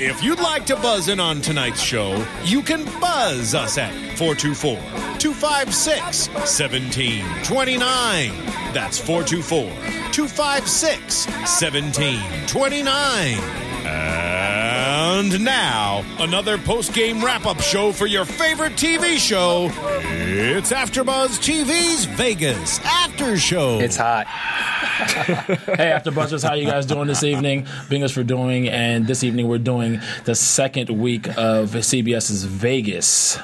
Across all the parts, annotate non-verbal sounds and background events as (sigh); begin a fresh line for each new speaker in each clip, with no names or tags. If you'd like to buzz in on tonight's show, you can buzz us at 424 256 1729. That's 424 256 1729. And now, another post game wrap up show for your favorite TV show. It's AfterBuzz TV's Vegas After Show.
It's hot.
Hey, After Buzzers, how you guys doing this evening? Bingos for doing, and this evening we're doing the second week of CBS's Vegas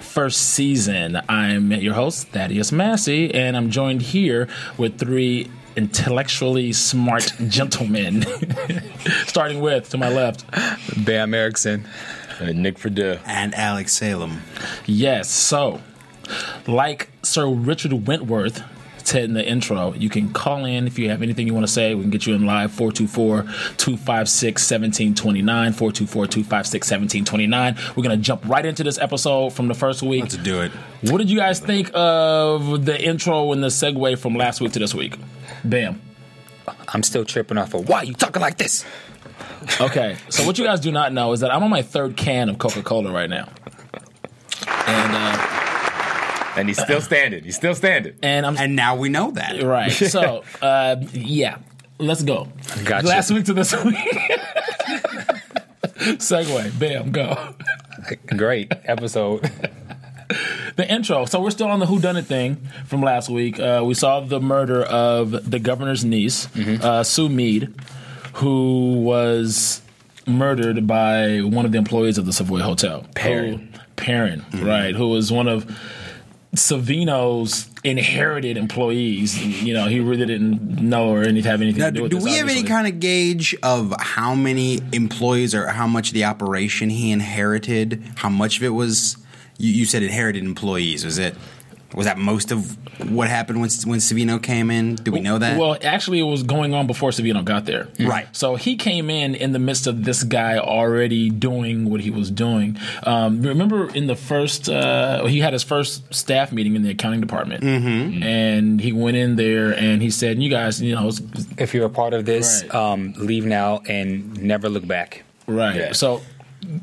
first season. I'm your host, Thaddeus Massey, and I'm joined here with three intellectually smart gentlemen. (laughs) Starting with, to my left,
Bam Erickson.
Uh, Nick Friedel.
and Alex Salem.
Yes. So, like Sir Richard Wentworth said in the intro, you can call in if you have anything you want to say. We can get you in live 424 256 1729. 424 256 1729. We're going to jump right into this episode from the first week.
Let's do it.
What did you guys think of the intro and the segue from last week to this week? Bam.
I'm still tripping off of why you talking like this.
Okay. So, what you guys do not know is that I'm on my third can of Coca Cola right now. And, uh,
And he's still standing. He's still standing.
and I'm
And now we know that.
(laughs) Right. So, uh, yeah, let's go.
Gotcha.
Last week to this (laughs) week. Segue. Bam. Go.
(laughs) Great episode. (laughs)
The intro. So we're still on the Who Done It thing from last week. Uh, we saw the murder of the governor's niece,
Mm-hmm.
uh, Sue Mead, who was murdered by one of the employees of the Savoy Hotel,
Perrin.
Who- Perrin,
Mm-hmm.
right? Who was one of Savino's inherited employees. You know, he really didn't know or any have anything
Now,
to do
do,
with this.
we have any
obviously.
kind of gauge of how many employees or how much of the operation he inherited? How much of it was? You, you said inherited employees. Was it? Was that most of what happened when when Savino came in? Do we know that?
Well, actually, it was going on before Savino got there.
Right.
So he came in in the midst of this guy already doing what he was doing. Um, remember in the first, uh, he had his first staff meeting in the accounting department, mm-hmm. and he went in there and he said, "You guys, you know, it's-
if you're a part of this,
Right.
um, leave now and never look back.
right."
Yeah.
So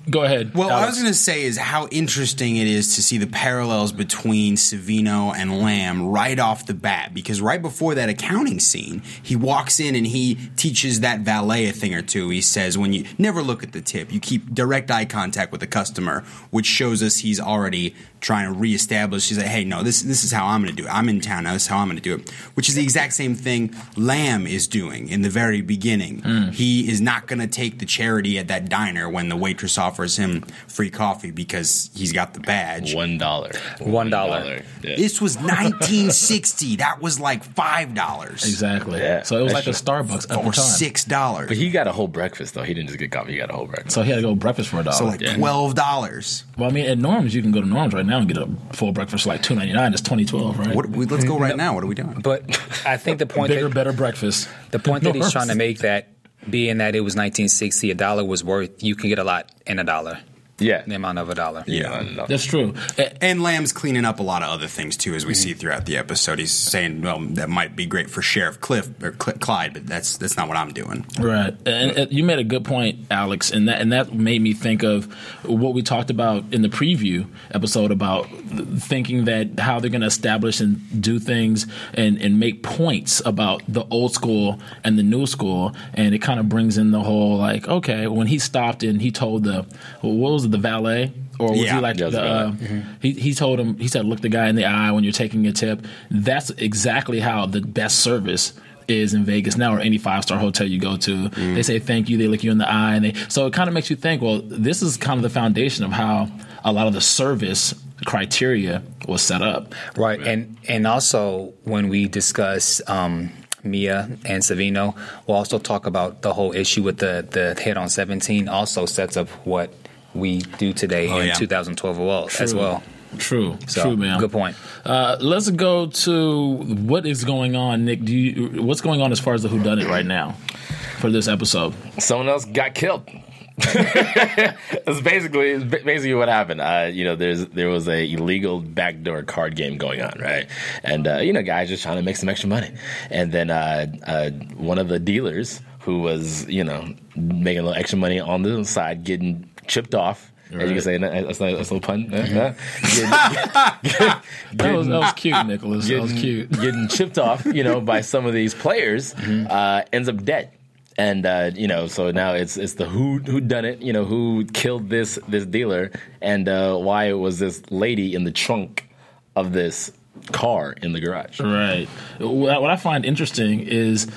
go ahead.
Well, I
Alex.
was going to say is how interesting it is to see the parallels between Savino and Lamb right off the bat because right before that accounting scene, he walks in and he teaches that valet a thing or two. He says, "When you never look at the tip, you keep direct eye contact with the customer," which shows us he's already trying to reestablish. He's like, "Hey, no, this this is how I'm going to do it. I'm in town. Now. This is how I'm going to do it." Which is the exact same thing Lamb is doing in the very beginning. He is not going to take the charity at that diner when the waitress offers him free coffee because he's got the badge.
One dollar.
One dollar.
Yeah.
This was 1960. (laughs) that was like five dollars
exactly.
Yeah.
So it was
That
like a Starbucks at the time.
or six dollars.
But he got a whole breakfast though. He didn't just get coffee. He got a whole breakfast.
So he had to go breakfast for a dollar.
So like twelve dollars.
well, I mean, at Norm's, you can go to Norm's right now and get a full breakfast for like two ninety nine. It's twenty twelve, right?
What? We, let's go right now. What are we doing?
But I think the point
Bigger,
that,
better breakfast.
the point that he's trying to
Norm's.
make that being that it was 1960, a dollar was worth you can get a lot in a dollar,
Yeah.
the amount of a dollar.
Yeah. no, no.
That's true. Eh, A-
And Lamb's cleaning up a lot of other things too, as we see throughout the episode. He's saying, "Well, that might be great for Sheriff Cliff or Cl- Clyde, but that's that's not what I'm doing."
Right, and, and you made a good point, Alex, and that and that made me think of what we talked about in the preview episode about th- thinking that how they're going to establish and do things and and make points about the old school and the new school, and it kind of brings in the whole like, okay, when he stopped and he told the what was it, the valet. Or was
Yeah,
he like
yeah, it was
the,
the valet.
uh, he, he told him he said look the guy in the eye when you're taking a tip. That's exactly how the best service is in Vegas now or any five star hotel you go to. They say thank you, they look you in the eye and they so it kind of makes you think, well, this is kind of the foundation of how a lot of the service criteria was set up.
Right, and and also when we discuss um, Mia and Savino, we'll also talk about the whole issue with the the hit on seventeen. Also sets up what we do today
Oh,
in
yeah.
2012 well, as
True.
well.
True,
So,
true, man.
good point.
Uh, let's go to what is going on, Nick. Do you what's going on as far as the Who Done It right now for this episode?
someone else got killed. (laughs) That's basically it's ba- basically what happened. Uh, you know, there's there was a illegal backdoor card game going on, right? And uh, you know, guys just trying to make some extra money. And then uh, uh, one of the dealers who was you know making a little extra money on the side, getting chipped off. As you can say, that's not, that's no pun. Uh, uh,
That was, that was cute, Nicholas. That was cute.
getting chipped off, you know, by some of these players, uh, ends up dead. And uh, you know, so now it's it's the who who done it, you know, who killed this this dealer, and uh, why it was this lady in the trunk of this car in the garage.
Right. What what I find interesting is,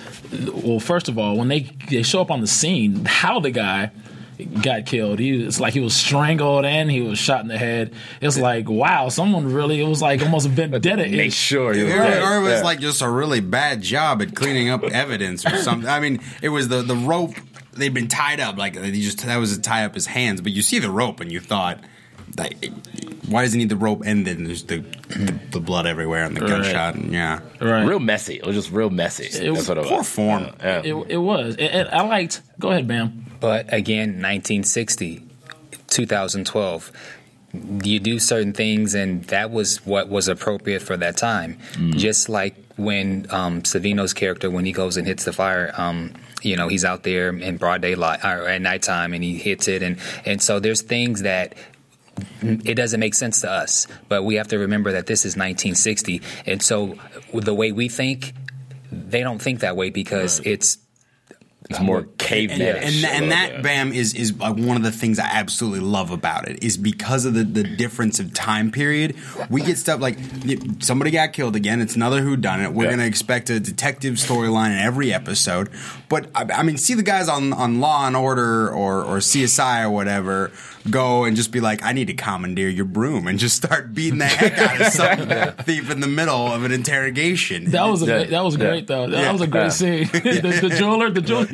well, first of all, when they they show up on the scene, how the guy got killed. He it's like he was strangled and he was shot in the head. It's like wow, someone really. It was like almost vendetta
Make
ish.
sure you
Or, or it was like just a really bad job at cleaning (laughs) up evidence or something. I mean, it was the the rope they'd been tied up like he just that was to tie up his hands. But you see the rope and you thought, like, why does he need the rope? And then there's the the, the blood everywhere and the gunshot. And yeah,
Right.
real messy. It was just real messy.
was
That's what it
poor
was.
form.
Yeah.
It, it was. And- and I liked. Go ahead, Bam.
But again, 1960, 2012. You do certain things, and that was what was appropriate for that time. Just like when um, Savino's character, when he goes and hits the fire, um, you know, he's out there in broad daylight or at nighttime, and he hits it, and and so there's things that it doesn't make sense to us. But we have to remember that this is 1960, and so the way we think, they don't think that way because it's
It's more caveman.
and, tha- and that bam is is like one of the things I absolutely love about it is because of the, the difference of time period. We get stuff like y- somebody got killed again. It's another who done it. We're
Yeah.
gonna expect a detective storyline in every episode. But I, I mean, see the guys on on Law and Order or or CSI or whatever go and just be like, I need to commandeer your broom and just start beating the heck out of some thief in the middle of an interrogation.
That was a,
Yeah.
that was
Yeah.
great though. That
Yeah.
was a great
Yeah.
scene. (laughs) the, the jeweler, the
(laughs)
jeweler,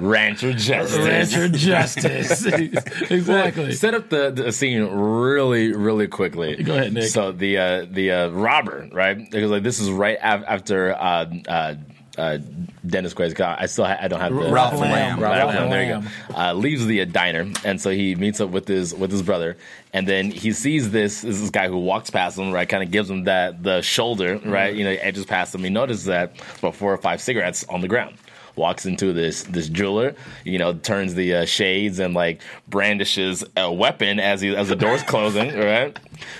rancher justice.
Rancher Justice. (laughs) exactly.
Set up the, the scene really, really quickly.
Go ahead, Nick.
So the uh, the uh, robber, right? Because like this is right af- after uh, uh, uh, Dennis Quaid's car. I still ha- I don't have the
Ralph Lamb.
Ralph
Ralph
Lamb, There you
Lamb.
go. Uh, leaves the uh, diner, and so he meets up with his with his brother, and then he sees this this is this guy who walks past him, right? Kind of gives him that the shoulder, right? You know, edges past him. He notices that about four or five cigarettes on the ground. Walks into this this jeweler, you know, turns the uh, shades and like brandishes a weapon as he as the door's (laughs) closing, right?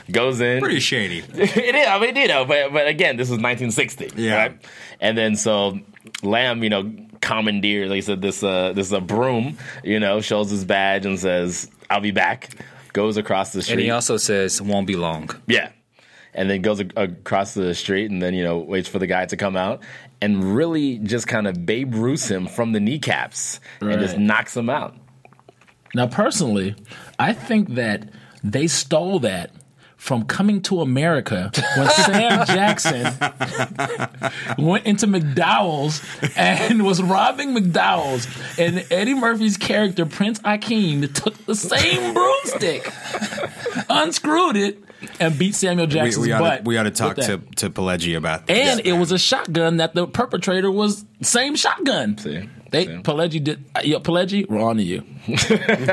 Goes in,
Pretty shady.
it is. I mean, you know, but but again, this was 1960,
Yeah.
right? And then so Lamb, you know, commandeers, like I said, this uh, this uh, broom, you know, shows his badge and says, "I'll be back." Goes across the street.
And he also says, "Won't be long."
Yeah. And then goes ac- across the street and then, you know, waits for the guy to come out and really just kind of Babe Ruth him from the kneecaps and just
Right.
knocks him out.
Now, personally, I think that they stole that from Coming to America when Sam Jackson went into McDowell's and was robbing McDowell's, and Eddie Murphy's character Prince Akeem took the same broomstick, unscrewed it, and beat Samuel
We,
Jackson's
we, ought
butt.
to, we ought to
with
talk
that.
to to Pelleggi about this.
And it was a shotgun that the perpetrator was same shotgun.
See?
They
See?
Pelleggi did. uh, Yo, Pelleggi, we're on to
(laughs)
you.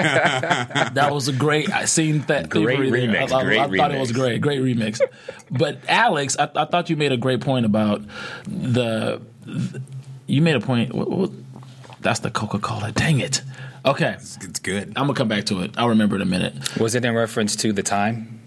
that was a great. I seen that
Great
theory there.
remix,
I, I-
great
I thought it was
remix.
great. Great remix. but Alex, I, I thought you made a great point about the. You made a point. What, what, that's the Coca Cola. Dang it. Okay,
It's good.
I'm gonna come back to it. I'll remember in a minute.
Was it in reference to the time?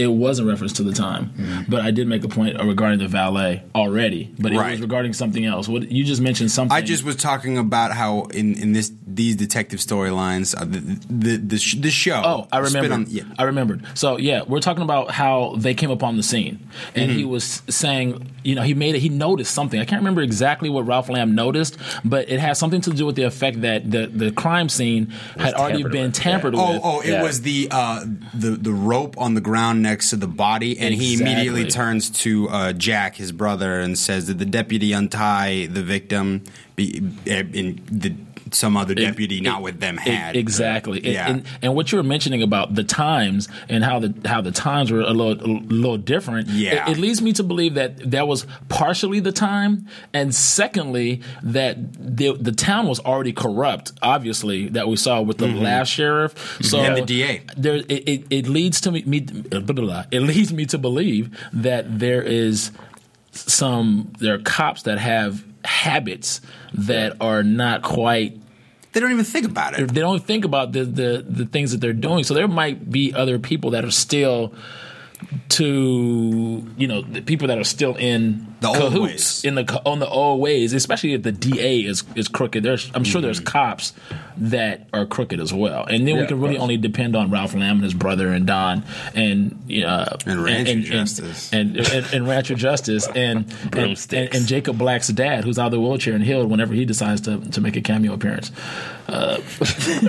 it was in reference to the time,
Mm-hmm.
but I did make a point regarding the valet already. But it
Right.
was regarding something else. What you just mentioned something.
I just was talking about how in, in this these detective storylines, uh, the the, the, sh- the show.
Oh, I
Spit
remember.
on- yeah.
I remembered. So yeah, we're talking about how they came up on the scene, and
Mm-hmm.
he was saying, you know, he made it. He noticed something. I can't remember exactly what Ralph Lamb noticed, but it has something to do with the effect that the the crime scene had already
tampered
been
with, yeah.
tampered
Oh,
with.
oh! It
Yeah.
was the uh, the the rope on the ground next to the body, and he
Exactly.
immediately turns to uh, Jack, his brother, and says, "Did the deputy untie the victim?" Be, eh, in the, some other deputy, not with them,
E-
had
exactly. And-
Yeah.
And, and what you were mentioning about the times and how the how the times were a little a little different.
Yeah.
It, it leads me to believe that that was partially the time, and secondly that the the town was already corrupt. Obviously, that we saw with the last sheriff. So
Mm-hmm. And the DA.
There, it, it, it leads to me, me blah, blah, blah. it leads me to believe that there is some there are cops that have habits that are not quite
They don't even think about it.
they don't think about the, the the things that they're doing. So there might be other people that are still to you know the people that are still in
The old
cahoots
ways.
in the ca- on the old ways, especially if the DA is is crooked. There's I'm sure
Mm-hmm.
there's cops that are crooked as well, and then we
Yeah,
can
of
really
course.
only depend on Ralph Lamb and his brother and Don and uh,
And Rancher Justice.
and, and, and, and Rancher Justice
(laughs)
and and,
Broomsticks.
and and Jacob Black's dad, who's out of the wheelchair and healed whenever he decides to to make a cameo appearance Uh, (laughs)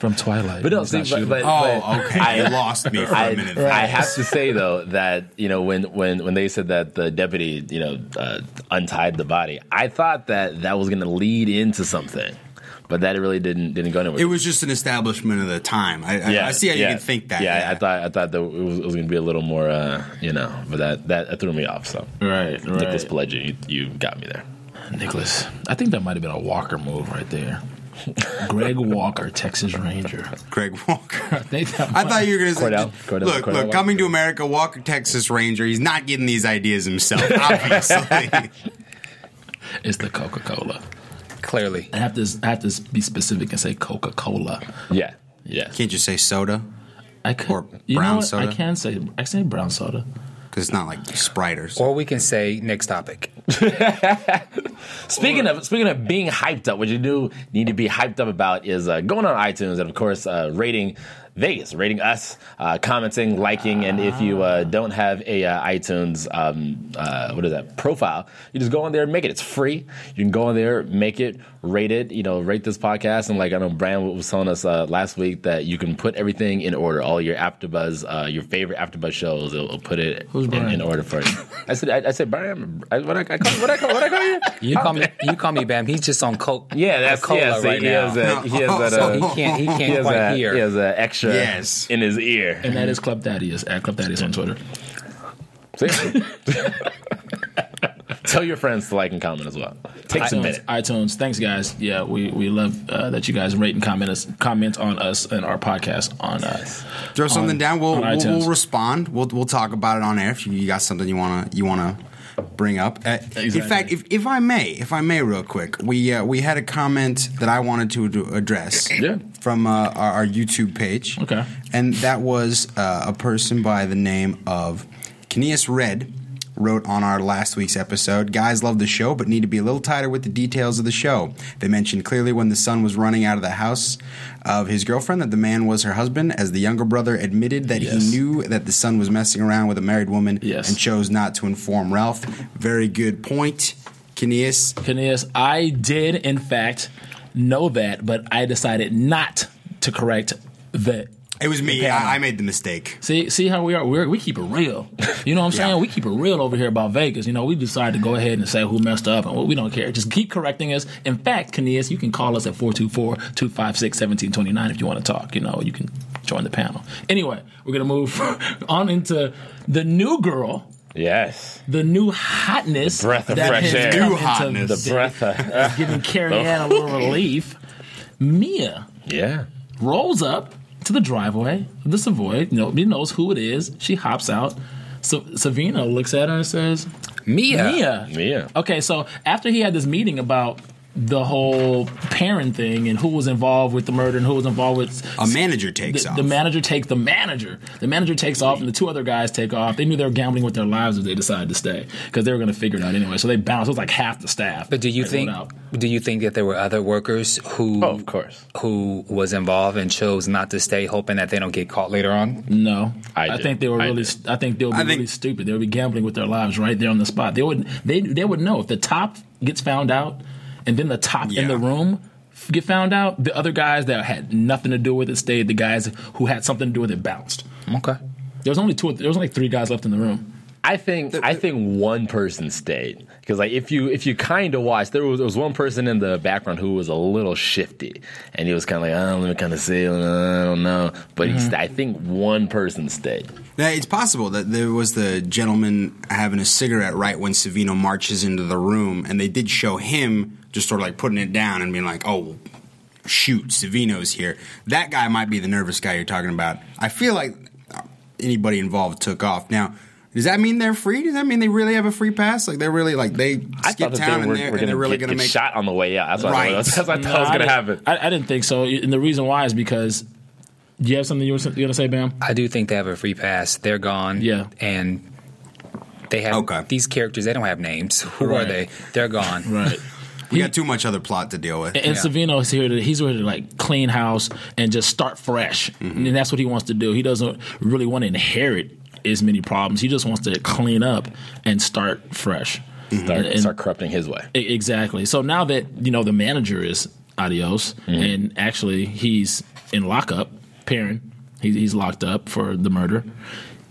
from Twilight.
But no,
It's
see,
not
but,
Shooter.
but,
Oh,
but
okay.
I-
you lost me for
I,
a minute.
I have to say though that you know when when when they said that the deputy you know uh, untied the body, I thought that that was going to lead into something, but that really didn't didn't go nowhere.
It was just an establishment of the time. I, I, I see how
yeah.
you can think that.
Yeah, I thought I thought that it was, it was going to be a little more, uh, you know, but that, that that threw me off. So
Right, right.
Nicholas Pileggi, you, you got me there.
Nicholas, I think that might have been a Walker move right (laughs) there. Greg Walker, Texas Ranger.
Greg Walker.
I think that
I
might-
thought you were going to say,
Cordell, Cordell,
look,
Cordell
look,
Walker.
coming to America, Walker, Texas Ranger. He's not getting these
(laughs)
ideas himself, obviously.
it's the Coca Cola.
Clearly.
I have to I have to be specific and say Coca Cola.
Yeah, yeah.
Can't you say soda?
I could
Or
you know
brown
what?
soda?
I can say I say brown soda.
Because it's not like Sprite or something.
Or we can say next topic.
Speaking of speaking of being hyped up, what you do need to be hyped up about is uh, going on iTunes and of course uh, rating Vegas, rating us, uh, commenting, liking, and if you uh, don't have a uh, iTunes, um, uh, what is that profile? You just go on there and make it. It's free. You can go on there, make it, rate it. You know, rate this podcast. And like I know Brian was telling us uh, last week that you can put everything in order. All your AfterBuzz, uh, your favorite AfterBuzz shows, it'll, it'll put it
Who's
in,
Brian?
in order for you. I said, I, I said, Brian, I, what I, I call, what I call, what I
(laughs)
call you?
You call me you call me Bam. He's just on coke.
Yeah, that's
uh, cola
yeah, see,
right
he
now.
Has that, he has that.
So
Uh,
he can't
he
he can't
has
quite
that.
hear.
He has that extra
Yes.
in his
(laughs)
ear. (laughs)
And that is Club Thaddeus at Club Thaddeus on Twitter.
See? Tell your friends to like and comment as well. Takes a
iTunes,
minute.
iTunes. Thanks, guys. Yeah, we, we love uh, that you guys rate and comment us comment on us and our podcast on us.
Throw something down. We'll,
on
we'll,
iTunes.
we'll respond. We'll, we'll talk about it on air if you, you got something you want to you want to bring up. Uh,
Exactly.
In fact, if, if I may, if I may, real quick, we uh, we had a comment that I wanted to, to address
Yeah.
from uh, our, our YouTube page.
Okay.
and that was uh, a person by the name of Kneas Red wrote on our last week's episode guys love the show but need to be a little tighter with the details of the show they mentioned clearly when the son was running out of the house of his girlfriend that the man was her husband as the younger brother admitted that
Yes.
he knew that the son was messing around with a married woman
Yes.
and chose not to inform ralph very good point Kneas.
Caneas, I did in fact know that, but I decided not to correct the.
it was me I, I made the mistake
See, see how we are. We're, we keep it real. You know what I'm saying?
Yeah.
We keep it real over here about Vegas. You know, we decide to go ahead and say who messed up, and we- we don't care. Just keep correcting us. In fact, Caneas, you can call us at 424-256-1729 if you want to talk. You know, you can join the panel. Anyway, we're gonna move (laughs) on into the new girl.
Yes.
the new hotness,
breath of
that
fresh
has
air.
come
New
into
hotness.
The breath.
(laughs)
Vegas, giving Carrie Ann a little relief. Mia
yeah.
rolls up to the driveway of the Savoy. Nobody knows who it is. She hops out. So Savino looks at her and says,
Mia.
"Mia,
Mia.
Okay, so after he had this meeting about the whole Perrin thing and who was involved with the murder and who was involved with
A manager takes
the,
off.
the manager takes the manager. The manager takes off, and the two other guys take off. They knew they were gambling with their lives if they decided to stay because they were going to figure it out anyway. So they bounced. It was like half the staff.
But do you
that
think
went out.
do you think that there were other workers who
Oh, of course.
who was involved and chose not to stay, hoping that they don't get caught later on?
No,
I
I,
did.
think they were
I
really.
did.
I think they would be
I think-
really stupid. They would be gambling with their lives right there on the spot. They would. They they would know if the top gets found out, and then the top in the
Yeah.
room f- get found out. The other guys that had nothing to do with it stayed. The guys who had something to do with it bounced.
Mm.
Okay.
There was only two. There was only three guys left in the room.
I think I think one person stayed because like if you if you kind of watch there was, there was one person in the background who was a little shifty and he was kind of like oh, let me kind of see uh, I don't know but
Mm-hmm.
he sta I think one person stayed
Now, it's possible that there was the gentleman having a cigarette right when Savino marches into the room, and they did show him just sort of like putting it down and being like, oh, shoot, Savino's here. That guy might be the nervous guy you're talking about. I feel like anybody involved took off. Now, does that mean they're free? Does that mean they really have a free pass? Like they're really like they
I
skip
thought that
town
they were,
and,
were
they're, and
gonna
they're really
get,
going to
get
make
shot on the way out that's what I
Right.
thought, that's what I thought was
I
gonna
didn't-
happen
I, I didn't think so. And the reason why is because. Do you have something you were going to say, Bam?
I do think they have a free pass. They're gone.
Yeah.
And they have
Okay.
these characters. They don't have names. (laughs) Who are
Right.
they? They're gone.
Right.
We got too much other plot to deal with.
And
Yeah.
Savino is here to he's here to like clean house and just start fresh,
Mm-hmm.
and that's what he wants to do. He doesn't really want to inherit as many problems. He just wants to clean up and start fresh.
Mm-hmm. start,
And-
start corrupting his way
E- Exactly. So now that you know the manager is adios,
Mm-hmm.
and actually he's in lockup, Perrin, he, he's locked up for the murder.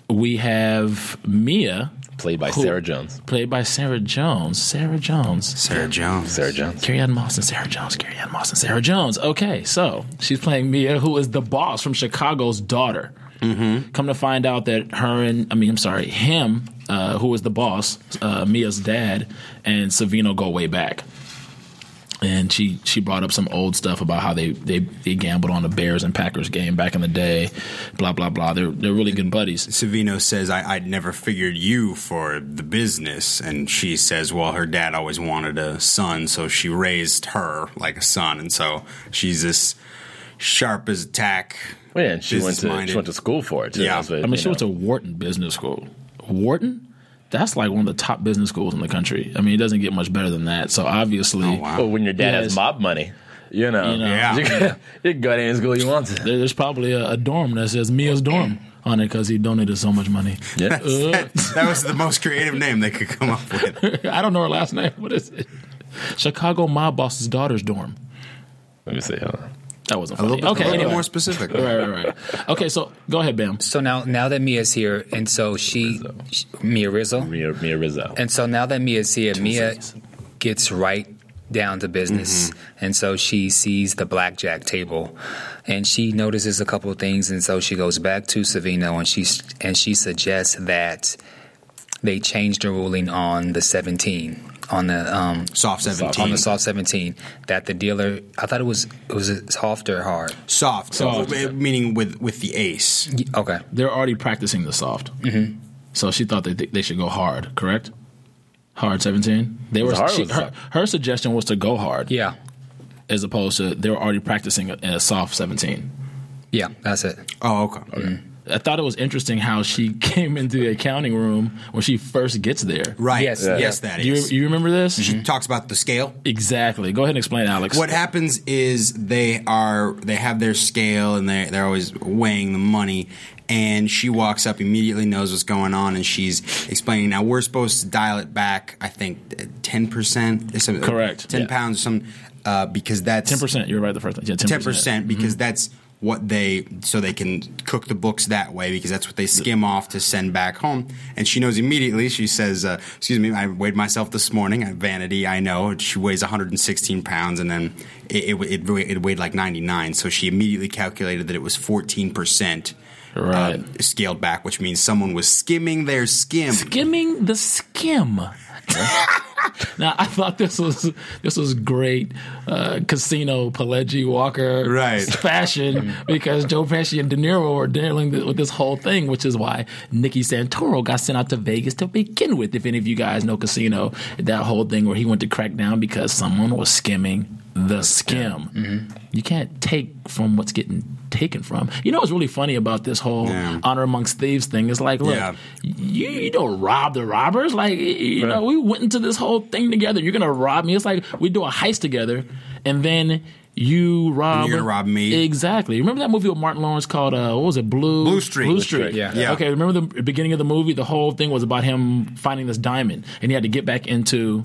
We have Mia,
played by
who-
Sarah Jones
played by Sarah Jones. Sarah Jones.
Sarah Jones.
Sarah Jones
Carrie Ann Moss and Sarah Jones. Carrie Ann Moss and Sarah Jones. Okay, so she's playing Mia, who is the boss from Chicago's daughter. Mm-hmm. Come to find out that her and I mean, I'm sorry, him, uh, who is the boss, uh, Mia's dad, and Savino go way back. And she, she brought up some old stuff about how they, they, they gambled on the Bears and Packers game back in the day, blah blah blah. They're they're really good buddies.
Savino says, I, I'd never figured you for the business. And she says, Well, her dad always wanted a son, so she raised her like a son. And so she's this sharp as a tack.
Well, yeah and she went to
Business-minded.
she went to school for it too.
Yeah.
That's what,
I mean,
you
she
know.
went to Wharton Business School. Wharton? That's like one of the top business schools in the country. I mean, it doesn't get much better than that. So obviously,
wow.
well when your dad
Yes.
has mob money you know,
You know.
(laughs)
Yeah.
you can you can go to any school you want to
there- there's probably a, a dorm that says Mia's dorm on it because he donated so much money.
yeah.
Uh,
That was the most creative name they could come up
(laughs)
with.
I don't know her last name. (laughs) What is it? Chicago mob boss's daughter's dorm.
(laughs) let me see hold on.
That wasn't
A little
funny.
bit, a
okay,
little bit
anyway.
more specific.
Right, right, right. Okay, so go ahead, Bam.
So now now that Mia's here, and so she, she Mia Rizzo.
Mia, Mia Rizzo.
And so now that Mia's here, Mia
seconds.
gets right down to business. And so she sees the blackjack table and she notices a couple of things and so she goes back to Savino and she and she suggests that they change the ruling on the 17 on the um
Soft 17.
on the soft 17 that the dealer I thought it was it was soft or hard.
Soft.
Soft.
Uh, Meaning with, with the ace.
Y- Okay.
They're already practicing the soft. Mm-hmm. So she thought they they should go hard, correct? Hard seventeen. They were.
hard
she-
was
her,
soft.
her suggestion was to go hard.
Yeah.
as opposed to they were already practicing a, a soft 17.
Yeah, that's it.
Oh, okay.
I thought it was interesting how she (laughs) came into the accounting room when she first gets there.
Right.
Yes.
Yes,
Yeah.
yes that is.
Do you, you remember this?
Talks about the scale.
Exactly. Go ahead and explain, Alex.
What happens is they are they have their scale and they they're always weighing the money. And she walks up, immediately knows what's going on, and she's explaining. Now we're supposed to dial it back. I think ten percent,
Correct.
ten
Yeah.
pounds or something, uh, because that's
10%. You're right the first time. Yeah, 10%.
ten percent because
Mm-hmm.
that's what they so they can cook the books that way because that's what they skim off to send back home. And she knows immediately. She says, uh, "Excuse me, I weighed myself this morning. I vanity. I know she weighs 116 pounds, and then it it, it, weighed- it weighed like 99. So she immediately calculated that it was 14 percent." uh,
Right.
scaled back, which means someone was skimming their skim.
Skimming the skim. Now I thought this was this was great uh, casino Pelleggi Walker
Right.
fashion because Joe Pesci and De Niro were dealing th- with this whole thing, which is why Nikki Santoro got sent out to Vegas to begin with. If any of you guys know Casino, that whole thing where he went to crack down because someone was skimming the skim.
Mm-hmm.
You can't take from what's getting taken from. You know what's really funny about this whole
Yeah.
honor amongst thieves thing is like, look,
Yeah.
you, you don't rob the robbers. Like, y- you know, we went into this whole thing together. You're going to rob me. It's like we do a heist together and then you rob.
you're gonna rob me.
Exactly. Remember that movie with Martin Lawrence called, uh, what was it? Blue,
Blue Streak.
Blue Streak.
Yeah.
Yeah.
Okay. Remember the beginning of the movie? The whole thing was about him finding this diamond and he had to get back into.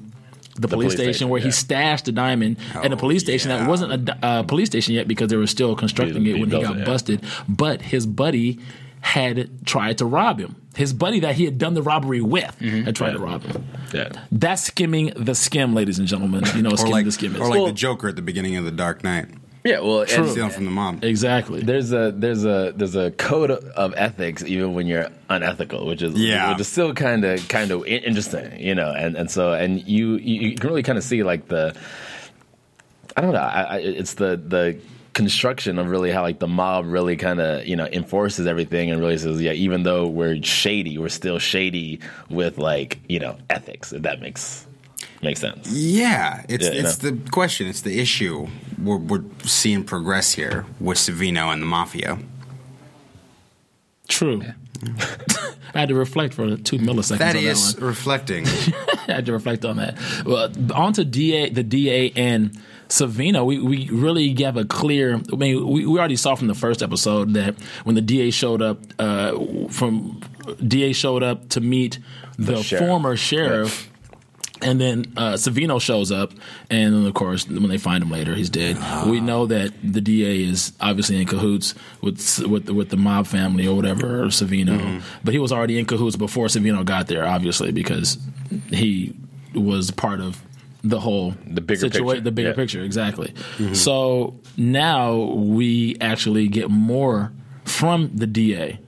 The, police,
police
station,
station,
where he
yeah.
stashed the diamond at a
Oh,
police station
yeah.
that wasn't a di- uh, police station yet because they were still constructing
He-
it
he
when he
built
got
it, yeah.
busted. But his buddy had tried to rob him. His buddy that he had done the robbery with
Mm-hmm.
had tried to rob him.
Yeah.
That's skimming the skim, ladies and gentlemen. You know, what
or
skimming
like,
the skim is.
or like the Joker at the beginning of the Dark Knight,
Yeah, well, and-
stealing from the mom.
exactly.
there's a there's a there's a code of ethics even when you're unethical, which is
Yeah.
which is still kind of kind of interesting, you know. And and so and you you you can really kind of see like the I don't know, I, I, it's the the construction of really how like the mob really kind of you know enforces everything and really says yeah even though we're shady we're still shady with like you know ethics if that makes makes sense
Yeah, it's
Yeah,
it's the question. It's the issue we're, we're seeing progress here with Savino and the mafia.
True. (laughs) I had to reflect for two milliseconds.
That
on
is
that one. (laughs)
reflecting.
I had to reflect on that. Well, on to DA, the DA and Savino. We, we really have a clear. I mean, we, we already saw from the first episode that when the DA showed up, uh, from DA showed up to meet the,
sheriff.
former sheriff. And then uh, Savino shows up, and then of course, when they find him later, he's dead.
Ah.
we know that the DA is obviously in cahoots with with with the mob family or whatever, or Savino.
Mm-hmm.
But he was already in cahoots before Savino got there, obviously, because he was part of the whole
The bigger picture.
the bigger
Yeah. Mm-hmm.
picture, exactly. So now we actually get more from the DA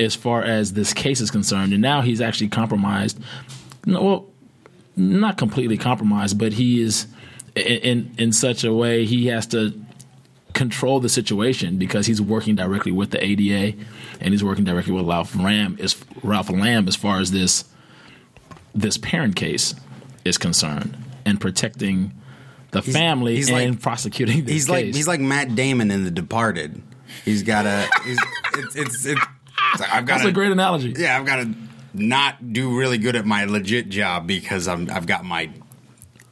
as far as this case is concerned, and now he's actually compromised. No, well, not completely compromised, but he is in in, in such a way he has to control the situation because he's working directly with the ADA and he's working directly with Ralph Ram as Ralph Lamb as far as this this parent case is concerned and protecting the family
he's like-
and prosecuting this
he's
case.
like he's like Matt Damon in The Departed. He's got a. He's, it's it's, it's, it's like, I've got
that's a great analogy.
Yeah, I've got to not do really good at my legit job because I'm I've got my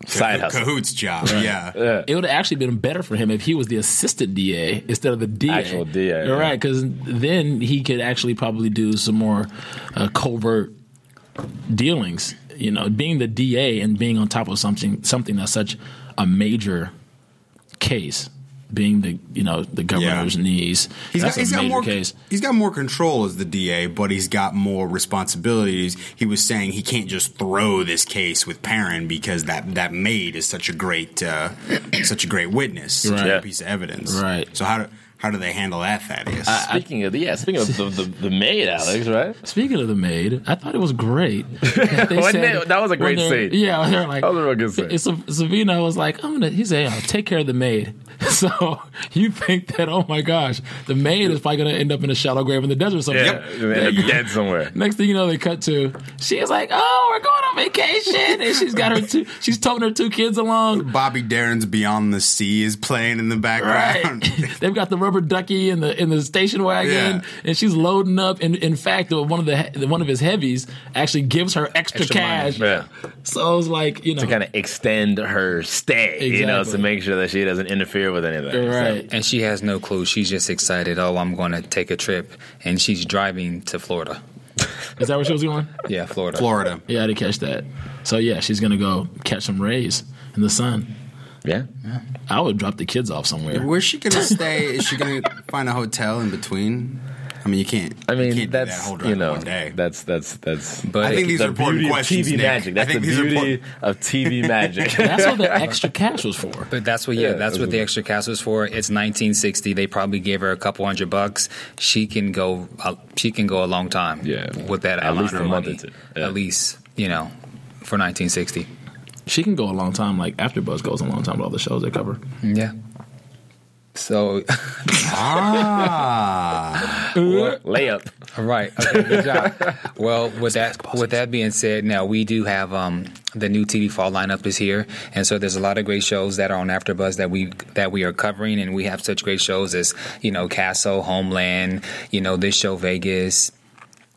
side hustle
cahoots job. Yeah.
It would have actually been better for him if he was the assistant DA instead of the DA.
Actual
You're
DA, yeah.
right, because then he could actually probably do some more uh, covert dealings. You know, being the DA and being on top of something something that's such a major case, being the you know the governor's knees.
He's
that's
got, he's
a
got
major
more.
case.
He's got more control as the DA, but he's got more responsibilities. He was saying he can't just throw this case with Perrin because that that maid is such a great, uh, such a great witness, such a
Right.
great piece of evidence.
Right.
So how do how do they handle that, Thaddeus?
speaking of the yeah speaking of the, the, the maid Alex right
Speaking of the maid, I thought it was
(laughs)
great. that they
Wasn't it? That was
when
a great
they're-
scene.
Yeah, they're like,
That was a real good scene.
It's a, Savino was like, I'm gonna. He said, yeah, take care of the maid. (laughs) So you think that? Oh my gosh, the maid is probably gonna end up in a shallow grave in the desert somewhere.
(laughs) dead somewhere
Next thing you know, they cut to she's like, "Oh, we're going on vacation," and she's got her two. She's toting her two kids along.
Bobby Darren's Beyond the Sea is playing in the background. (laughs)
Right. (laughs) They've got the rubber ducky in the in the station wagon,
Yeah.
and she's loading up. And in fact, one of the he- one of his heavies actually gives her extra,
Extra money.
cash. So it was like, you know,
to kind of extend her stay, you know, to
Exactly.
make sure that she doesn't interfere with anything.
right.
And she has no clue. She's just excited. Oh, I'm going to take a trip. And she's driving to Florida.
Is that where she was going?
Yeah, Florida.
Florida.
Yeah, I didn't catch that. So yeah, she's gonna go catch some rays in the sun.
So, yeah.
I would drop the kids off somewhere.
Where's she gonna stay? Is she gonna find a hotel in between? I mean, you can't.
I
you
mean,
can't do that
that's
whole drive
you
in
know,
one day.
that's that's that's.
But
I think these
the
are important
beauty of
questions.
TV
Nick.
magic. That's the
I think these are important-
beauty of
(laughs)
TV magic.
That's what the extra cash was for.
But that's what, yeah,
Yeah,
that's
that's
what the
what-
extra cast was for. It's 1960. They probably gave her a couple hundred bucks. She can go. Uh, she can go a long time.
Yeah.
with that
At
amount
least
of
a month
money.
or two. Yeah.
At least you know, for 1960.
she can go a long time. Like After Buzz goes a long time with all the shows they cover.
Yeah. So,
Ah.
Layup.
all right. Okay, good job. Well, with that with that being said, now we do have um, the new TV fall lineup is here, and so there's a lot of great shows that are on AfterBuzz that we that we are covering, and we have such great shows as you know Castle, Homeland, you know this show Vegas,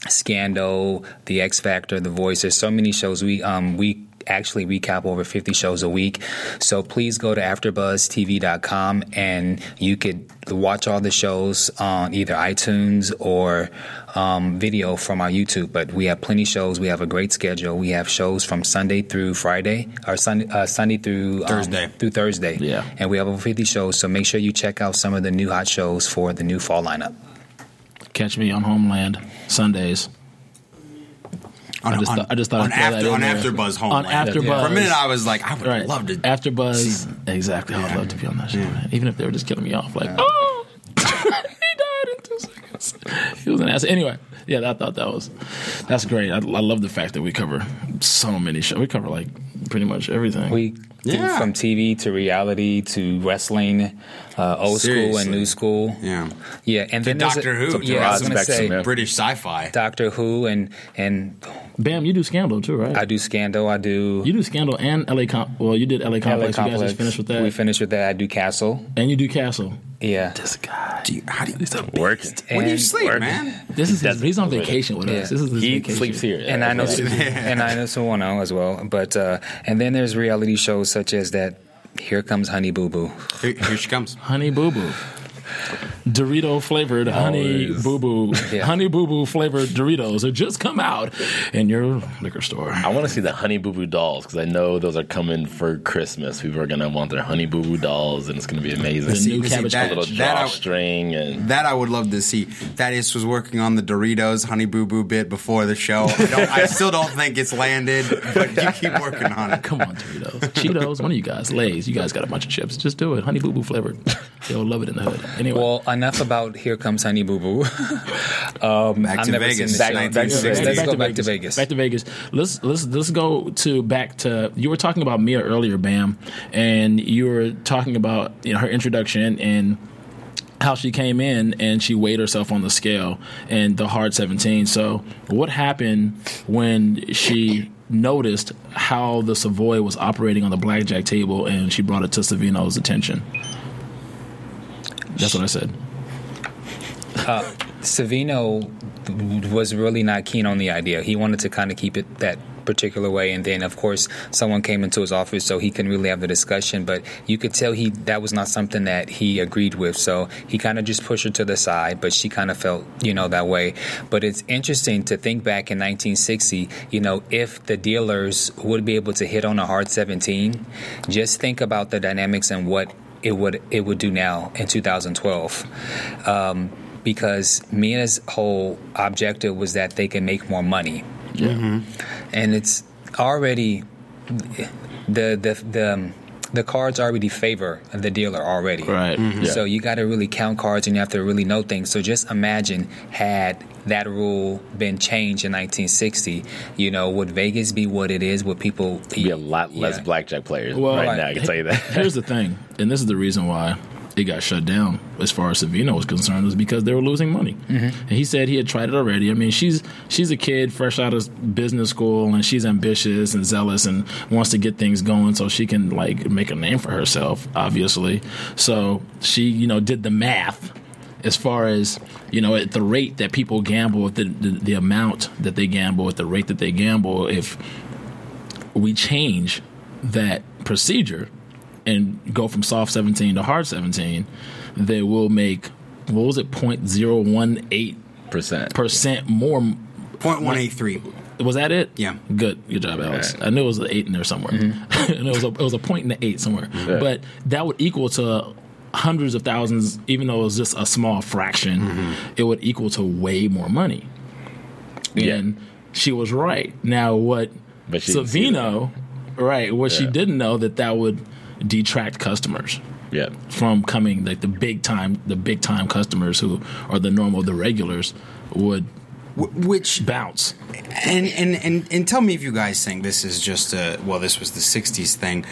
Scandal, The X Factor, The Voice. There's so many shows we um we actually recap over 50 shows a week. So please go to afterbuzztv.com and you could watch all the shows on either iTunes or um, video from our YouTube. But we have plenty of shows. We have a great schedule. We have shows from Sunday through Friday or Sunday, uh, Sunday through um,
Thursday.
through Thursday.
Yeah.
And we have over 50 shows. So make sure you check out some of the new hot shows for the new fall lineup.
Catch me on Homeland Sundays.
On,
I just
on-
thought- I just thought
on
I'd throw that
after
in
on
there.
AfterBuzz
On
Homeland.
AfterBuzz.
For a minute, I was like, I would
Right.
love to.
After Buzz. Exactly. I'd love to be on that show, man. Even if they were just killing me off, like, oh, (laughs) he died in two seconds. He was an ass. Anyway, yeah, I thought that was that's great. I, I love the fact that we cover so many shows. We cover like pretty much everything.
We
Yeah.
do from TV to reality to wrestling, uh, old school
Seriously.
and new school.
yeah,
Yeah, and then there's a-
Doctor Who,
so-
to
yeah, I was
Ross
going to say
Bextor, yeah.
British sci-fi.
Doctor Who, and and
Bam, you do Scandal too, right?
I do Scandal. I do.
you do Scandal and LA Comp. Well, you did LA
LA
Complex. You guys just finished with that,
We finished with that. I do Castle.
and you do Castle.
Yeah.
This guy.
Do you, how do you,
Working.
when do you
And-
sleep,
Working.
man?
This is his,
That's-
he's on vacation with
Yeah.
us. This is his
He
vacation.
sleeps here.
and I know,
Right.
(laughs) and I know someone else as well. But uh, and then there's reality shows such as that. Here comes Honey Boo Boo.
Here, here she comes.
Honey Boo Boo. Dorito flavored honey
Always.
boo boo.
Yeah.
Honey boo boo flavored Doritos have just come out in your liquor store.
I want to see the Honey Boo Boo dolls because I know those are coming for Christmas. People are gonna want their Honey Boo Boo dolls, and it's gonna be amazing.
The new
see,
cabbage
that-
a little
patch.
that I-
drawstring and
That I would love to see. Thaddeus was working on the Doritos Honey Boo Boo bit before the show. I, don't, I still don't think it's landed, but you keep working on it.
Come on,
(laughs)
Doritos. Cheetos, one of you guys. Lays, you guys got a bunch of chips. Just do it. Honey boo boo flavored. They'll love it in the hood. Anyway.
Well, enough about Here Comes Honey Boo Boo. (laughs) um,
Back
I've
to
never
Vegas,
seen the show.
back- back to
Let's
Vegas.
go back to Vegas.
Back to Vegas. Let's let's let's go to back to you were talking about Mia earlier, Bam, and you were talking about you know her introduction and how she came in and she weighed herself on the scale and the hard 17. So what happened when she noticed how the Savoy was operating on the blackjack table and she brought it to Savino's attention? That's what I said.
Savino was really not keen on the idea. He wanted to kind of keep it that particular way and then of course someone came into his office so he couldn't really have the discussion but you could tell he that was not something that he agreed with so he kind of just pushed her to the side but she kind of felt you know that way but it's interesting to think back in 1960 you know if the dealers would be able to hit on a hard 17 just think about the dynamics and what it would it would do now in 2012 um, because Mia's whole objective was that they can make more money. Mm-hmm. And it's already the the the um, the cards already favor the dealer already.
Right.
Mm-hmm.
Mm-hmm.
Mhm.
So you got to really count cards and you have to really know things. So just imagine had that rule been changed in 1960, you know, would Vegas be what it is? Would people
be a lot less
Yeah.
blackjack players
Well,
right
like-
now. I can tell you
(laughs)
that.
Here's the thing, and this is the reason why it got shut down as far as Savino was concerned was because they were losing money. And he said he had tried it already. I mean, she's she's a kid fresh out of business school and she's ambitious and zealous and wants to get things going so she can like make a name for herself, obviously. So she, you know, did the math as far as you know at the rate that people gamble at the, the, the amount that they gamble at the rate that they gamble if we change that procedure and go from soft 17 to hard 17 they will make what was it 0.018
Percent.
percent more
Point one eight three.
was that it?
Yeah.
Good. Good job, Alex.
Right.
I knew it was an eight in there somewhere. (laughs) and it was a, it was a point and an eight somewhere. But that would equal to hundreds of thousands, even though it was just a small fraction.
Mm-hmm.
It would equal to way more money.
Yeah.
And she was right. Now what?
But she didn't see
Savino, right? What she
Yeah.
didn't know that that would detract customers
yeah.
from coming like the big time the big time customers who are the normal the regulars would
wh- which
bounce.
and, and and and tell me if you guys think this is just a well this was the 60s thing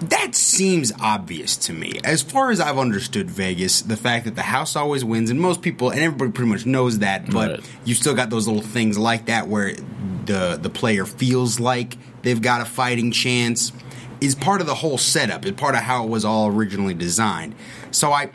that seems obvious to me as far as i've understood vegas the fact that the house always wins and most people and everybody pretty much knows that but
Right.
you still got those little things like that where the the player feels like they've got a fighting chance is part of the whole setup is part of how it was all originally designed so i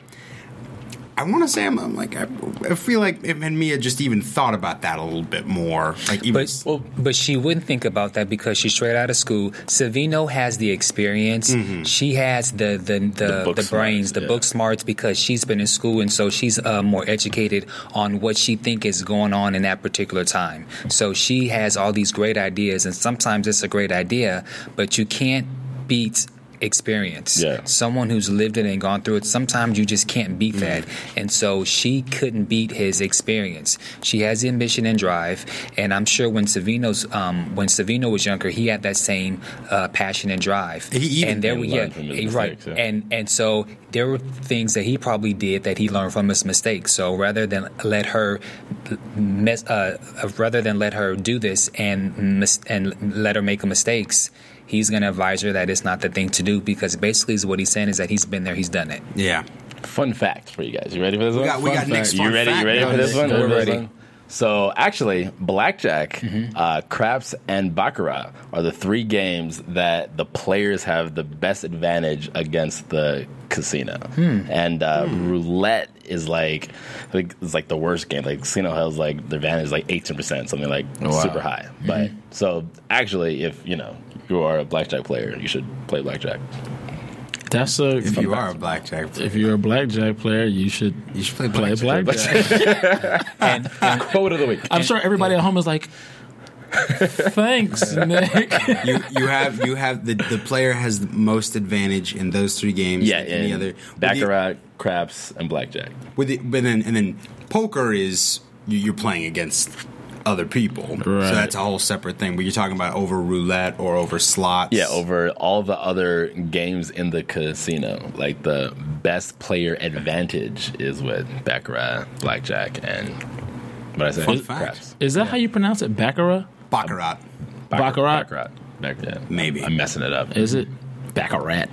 I want to say I'm, I'm like I, I feel like if and Mia just even thought about that a little bit more, like even
But but she wouldn't think about that because she's straight out of school. Savino has the experience. She has the the the,
Mm-hmm. book
the, brains,
smarts,
the
yeah.
book smarts because she's been in school and so she's uh, more educated on what she think is going on in that particular time. So she has all these great ideas and sometimes it's a great idea, but you can't beat experience
Yeah.
someone who's lived it and gone through it, sometimes you just can't beat that.
Mm.
And so she couldn't beat his experience. She has the ambition and drive, and I'm sure when Savino's um, when Savino was younger, he had that same uh, passion and drive.
He even
and there were yeah,
learned from his
eh, right.
mistakes, yeah.
And and so there were things that he probably did that he learned from his mistakes. So rather than let her mess, uh, rather than let her do this and mis- and let her make mistakes, he's going to advise her that it's not the thing to do because basically is what he's saying is that he's been there, he's done it.
yeah,
Fun fact for you guys. You ready for this one?
got- we
Fun
got Nick's
fact.
fun
You ready?
fact
You ready for
now.
this one?
We're
You for this
ready.
one? So actually, blackjack, uh, craps, and baccarat are the three games that the players have the best advantage against the casino, and uh,
Hmm.
roulette is like, I think it's like the worst game. Like casino has like the advantage is like eighteen percent, something like super high. But so actually, if you know you are a blackjack player, you should play blackjack.
That's a.
if you are a blackjack, player,
If you're a blackjack player, you should
you should play
play
blackjack.
blackjack.
And, and
Quote of the week.
I'm sure everybody at home is like, (laughs) "Thanks, Nick."
you, you have you have the, the player has the most advantage in those three games.
Yeah,
than any
and
other With the-
baccarat, craps, and blackjack.
With the, but then and then poker is you- you're playing against other people,
Right.
so that's a whole separate thing. But you're talking about over roulette or over slots.
Yeah, over all the other games in the casino, like the best player advantage is with baccarat, blackjack, and what I say,
Fun fact.
craps.
Is that how you pronounce it, baccarat?
baccarat.
Baccarat?
baccarat, Bac- yeah.
Maybe.
I'm messing it up.
Mm-hmm.
Is it baccarat?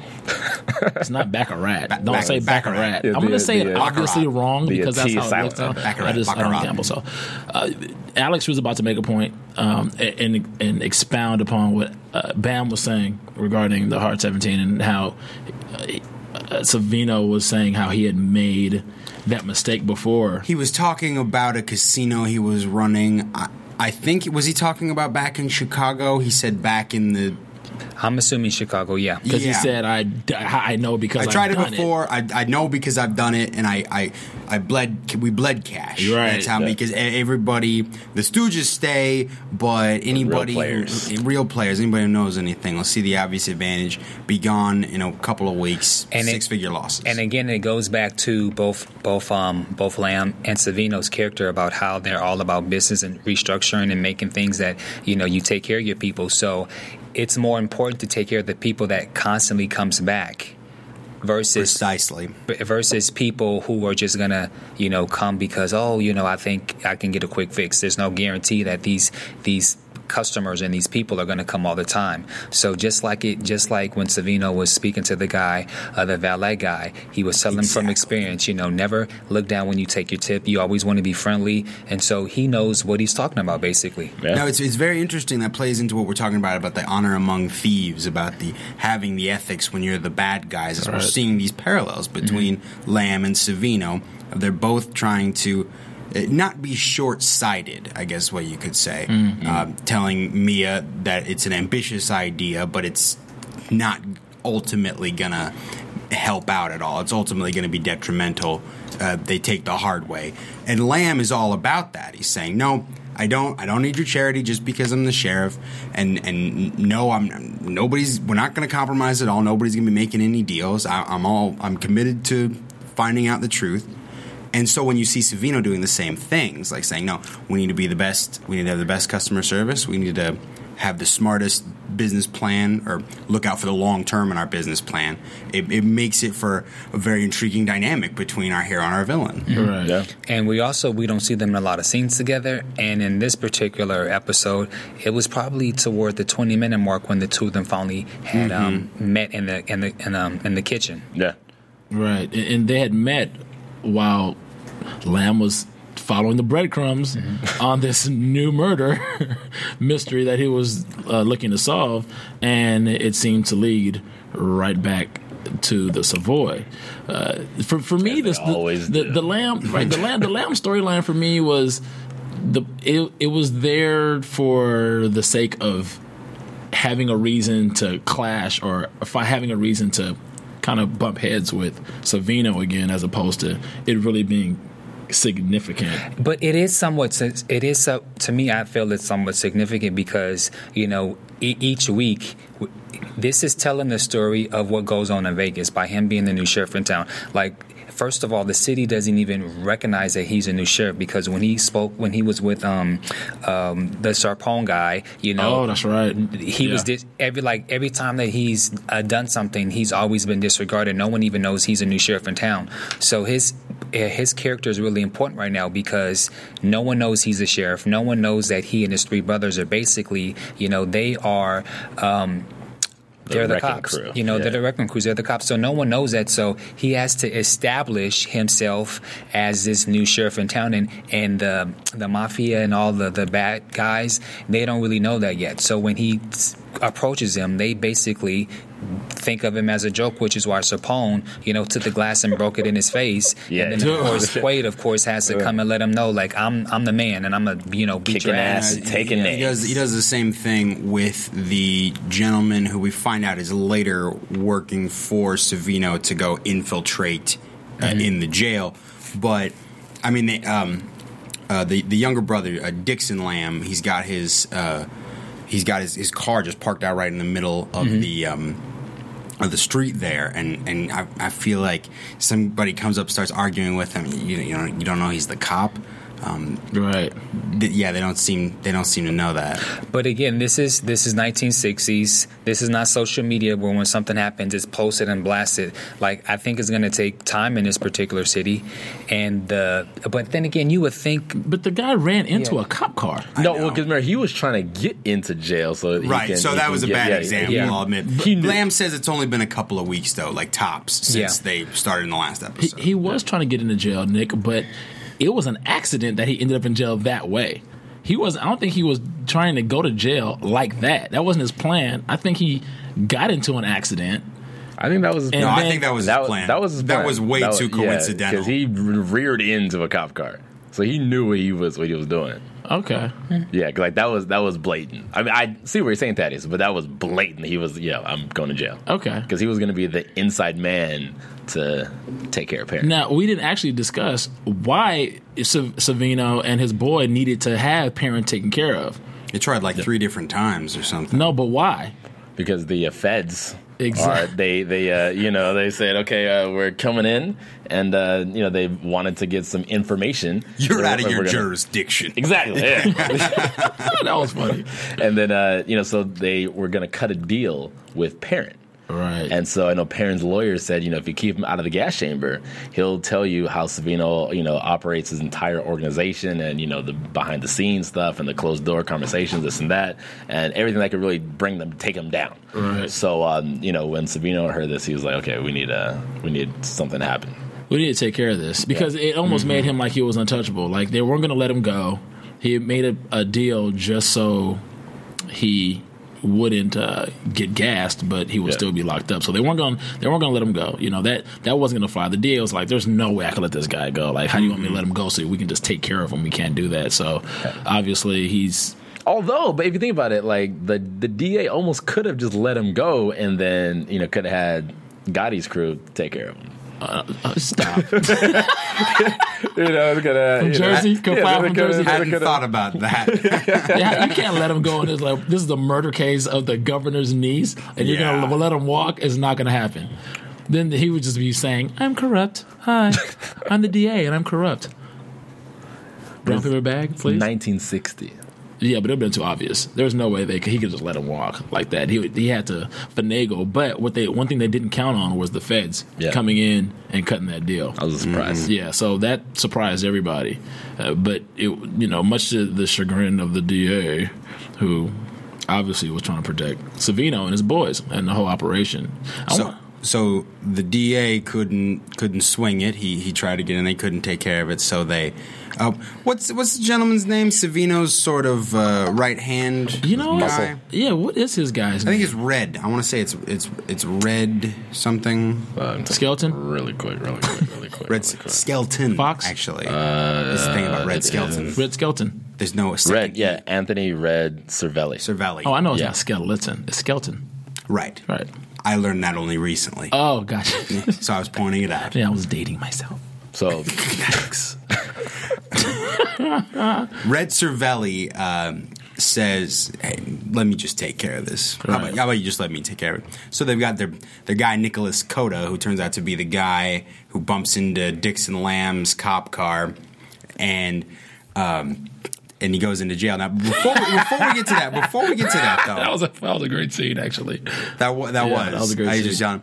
it's not
(laughs)
baccarat. Don't say baccarat.
Baccarat.
Yeah,
I'm gonna
the-
say
the,
it
uh,
obviously
Baccarat.
wrong
The, uh,
because that's
T
how
is
it
silent.
looks. out.
Baccarat,
I just I
baccarat.
don't gamble. So, uh, Alex was about to make a point um, and and expound upon what uh, Bam was saying regarding the Hard 17 and how uh, Savino was saying how he had made that mistake before.
He was talking about a casino he was running. I, I think was he talking about back in Chicago? He said back in the
I'm assuming Chicago, yeah.
Because
Yeah.
he said, I, I know because
I
I've
tried it
done
before. I, I know because I've done it, and I, I, I bled. We bled cash.
You're right.
That's how
Yeah.
because e- everybody, the Stooges stay, but anybody, eh,
players.
real players, anybody who knows anything, will see the obvious advantage. Be gone in a couple of weeks.
And it-
six figure losses.
And again, it goes back to both both um, both Lamb and Savino's character about how they're all about business and restructuring and making things that you know you take care of your people. So it's more important to take care of the people that constantly comes back versus
precisely.
versus people who are just gonna you know come because oh you know I think I can get a quick fix. There's no guarantee that these these customers and these people are going to come all the time. So just like it, just like when Savino was speaking to the guy, uh, the valet guy, he was telling him from
Exactly.
experience, you know, never look down when you take your tip. You always want to be friendly, and so he knows what he's talking about basically.
Yeah.
No, it's it's very interesting. That plays into what we're talking about about the honor among thieves, about the having the ethics when you're the bad guys. As We're seeing these parallels between Lamb and Savino. They're both trying to. uh, Not be short-sighted, I guess what you could say. Um, telling Mia that it's an ambitious idea, but it's not ultimately gonna help out at all. It's ultimately gonna be detrimental. Uh, they take the hard way, and Lamb is all about that. He's saying, "No, I don't. I don't need your charity just because I'm the sheriff, and and no, I'm nobody's. We're not gonna compromise at all. Nobody's gonna be making any deals. I, I'm all. I'm committed to finding out the truth." And so when you see Savino doing the same things, like saying, "No, we need to be the best. We need to have the best customer service. We need to have the smartest business plan or look out for the long term in our business plan. It, it makes it for a very intriguing dynamic between our hero and our villain.
Right. Yeah.
and we also we don't see them in a lot of scenes together and in this particular episode it was probably toward the 20 minute mark when the two of them finally had um, met in the in the in, um, in the kitchen
Yeah.
Right. And, and they had met while Lamb was following the breadcrumbs
Mm-hmm.
on this new murder (laughs) mystery that he was uh, looking to solve. And it seemed to lead right back to the Savoy. Uh, for, for me, this,
always
the, the,
do.
the Lamb, right, the Lamb, the Lamb storyline for me was the, it, it was there for the sake of having a reason to clash or if I having a reason to kind of bump heads with Savino again as opposed to it really being significant.
But it is somewhat. sig- It is so- to me. I feel it's somewhat significant because you know e- each week. w- This is telling the story of what goes on in Vegas by him being the new sheriff in town. Like, first of all, the city doesn't even recognize that he's a new sheriff because when he spoke, when he was with um, um, the Sarpong guy, you know,
Oh, that's right.
he was
Yeah.
dis- every like every time that he's uh, done something, he's always been disregarded. No one even knows he's a new sheriff in town. So his uh, his character is really important right now because no one knows he's a sheriff. No one knows that he and his three brothers are basically, you know, they are. Um, they're the
wrecking
cops,
crew.
you know.
Yeah.
They're the wrecking crews. They're the cops. So no one knows that. So he has to establish himself as this new sheriff in town, and and the the mafia and all the the bad guys. They don't really know that yet. So when he s- approaches them, they basically think of him as a joke, which is why Sapone, you know, took the glass and broke it in his face.
Yeah.
And then
(laughs)
of course Quaid, of course, has to come and let him know, like I'm I'm the man, and I'm a you know beat
Kick
your
your
ass.
ass. taking
he,
names.
He does, he does the same thing with the gentleman who we find out is later working for Savino to go infiltrate uh,
Mm-hmm.
in the jail. But I mean, they, um, uh, the the younger brother uh, Dixon Lamb, he's got his uh, he's got his, his car just parked out right in the middle of
Mm-hmm.
the. Um, of the street there, and and I, I feel like somebody comes up, starts arguing with him. You, you know, you don't know he's the cop. Um,
Right.
Th- yeah, they don't seem they don't seem to know that.
But again, this is this is 1960s. This is not social media where when something happens, it's posted and blasted. Like I think it's going to take time in this particular city, and the but then again, you would think
But the guy ran into
Yeah.
a cop car.
No,
know.
well, because remember he was trying to get into jail, so he
Right,
can-
so
he
that
can
was a
get-
bad
yeah,
example.
yeah.
I'll admit.
He knew-
Lamb says it's only been a couple of weeks though, like tops, since
Yeah.
they started in the last
He,
episode.
he was trying to get into jail, Nick, but it was an accident that he ended up in jail that way. He was I don't think he was trying to go to jail like that. That wasn't his plan. I think he got into an accident.
I think that was his
And
no,
plan.
I
then-
think that was his plan.
That was his
that
plan.
was way
That
too
yeah,
coincidental.
he reared into a cop car, so he knew what he was what he was doing.
Okay.
Mm-hmm.
Yeah, 'cause, like that was that was blatant. I mean, I see where you're saying that is, but that was blatant. He was, yeah, I'm going to jail.
Okay.
because he was going to be the inside man to take care of parents.
Now we didn't actually discuss why Sav- Savino and his boy needed to have parent taken care of.
They tried like three different times or something.
No, but why? (laughs)
because the uh, feds
Exact-
are they they uh, you know they said okay uh, we're coming in and uh, you know they wanted to get some information.
You're
So
out of
we're
your
gonna-
jurisdiction.
Exactly.
(laughs)
Yeah. (laughs)
that was funny.
and then uh, you know so they were going to cut a deal with parent.
Right.
And so I know Perrin's lawyer said, you know, if you keep him out of the gas chamber, he'll tell you how Savino, you know, operates his entire organization and, you know, the behind the scenes stuff and the closed door conversations, this and that, and everything that could really bring them, take them down.
Right.
So, um, you know, when Savino heard this, he was like, okay, we need, uh, we need something to happen.
we need to take care of this because it almost made him like he was untouchable. Like they weren't going to let him go. He had made a, a deal just so he wouldn't uh, get gassed, but he would
Yeah.
still be locked up. So they weren't going. They weren't going to let him go. You know that that wasn't going to fly. The deal was like, there's no way I can let this guy go. Like, how do you want me to let him go? So we can just take care of him. We can't do that. So obviously he's
Although, but if you think about it, like the, the DA almost could have just let him go and then, you know, could have had Gotti's crew take care of him.
uh, stop.
You know, it's gonna,
From
you know,
Jersey? Come
yeah,
fly
they
from
coulda-
Jersey?
they
I hadn't
coulda-
thought about
(laughs)
that.
yeah, you can't let him go. And it's like this is the murder case of the governor's niece, and you're
Yeah.
gonna let him walk. It's not gonna happen. Then he would just be saying, "I'm corrupt. Hi, I'm the DA, and I'm corrupt." Brown paper bag, please.
1960.
Yeah, but it would have been too obvious. There was no way they could, he could just let him walk like that. He would- he had to finagle. But what they one thing they didn't count on was the feds
Yeah.
coming in and cutting that deal.
I was surprised.
Yeah, so that surprised everybody. Uh, but it, you know, much to the chagrin of the DA, who obviously was trying to protect Savino and his boys and the whole operation. I
So,
want-
so the DA couldn't couldn't swing it. He he tried to get in. They couldn't take care of it. So they, uh, what's what's the gentleman's name? Savino's sort of uh, right hand.
you know,
guy.
yeah. What is his guy's
I
name?
think it's red. I want to say it's it's it's red something.
Skeleton.
Really
Mm-hmm.
quick, really quick, really quick.
Red
really quick.
skeleton.
Fox?
Actually, uh, this thing about red skeleton.
Red Skeleton.
There's no second
Red,
E.
yeah, Anthony Red Cervelli.
Cervelli.
Oh, I know it's
Yeah.
not skeleton. It's skeleton.
Right.
Right.
I learned that only recently,
Oh
(laughs)
gosh.
so I was pointing it out.
yeah, I was dating myself. (laughs)
So
Red Cervelli um, says, "Hey, let me just take care of this. How, about, how about you just let me take care of it?" So they've got their their guy Nicholas Coda, who turns out to be the guy who bumps into Dixon Lamb's cop car, and um, and he goes into jail. Now, before we, before we get to that, before we get to that, though,
That was a that was a great scene actually.
That wa- that
Yeah,
was.
that was a great
I
scene.
just yawned.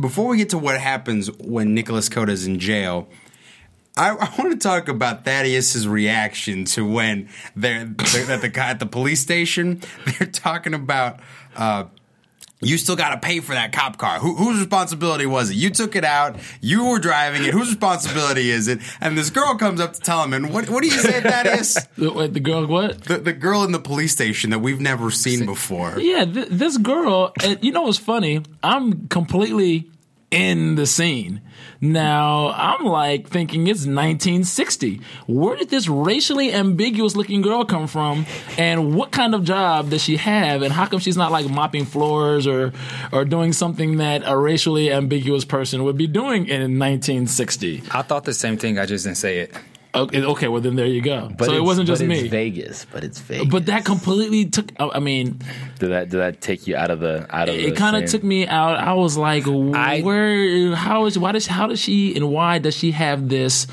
Before we get to what happens when Nicholas Coda's in jail, I, (laughs) I want to talk about Thaddeus's reaction to when they're, they're at the guy at the police station. (laughs) They're talking about. Uh, you still got to pay for that cop car. Who, whose responsibility was it? You took it out. You were driving it. Whose responsibility is it? And this girl comes up to tell him. And what, what do
(laughs)
you say, Thaddeus?
The, wait, the girl what?
the, the girl in the police station that we've never seen before.
Yeah, th- this girl. uh, you know what's funny? I'm completely in the scene now. I'm like thinking it's 1960. Where did this racially ambiguous looking girl come from? And what kind of job does she have? And how come she's not like mopping floors or or doing something that a racially ambiguous person would be doing in 1960?
I thought the same thing. I just didn't say it.
Okay, okay well then there you go. so it
it's-
wasn't
but
just
it's
me.
Vegas, but it's Vegas.
But that completely took. I I mean,
did that did that take you out of the out of
it kind of took me out. I was like,
I-
where? How is? Why does? How does she? And why does she have this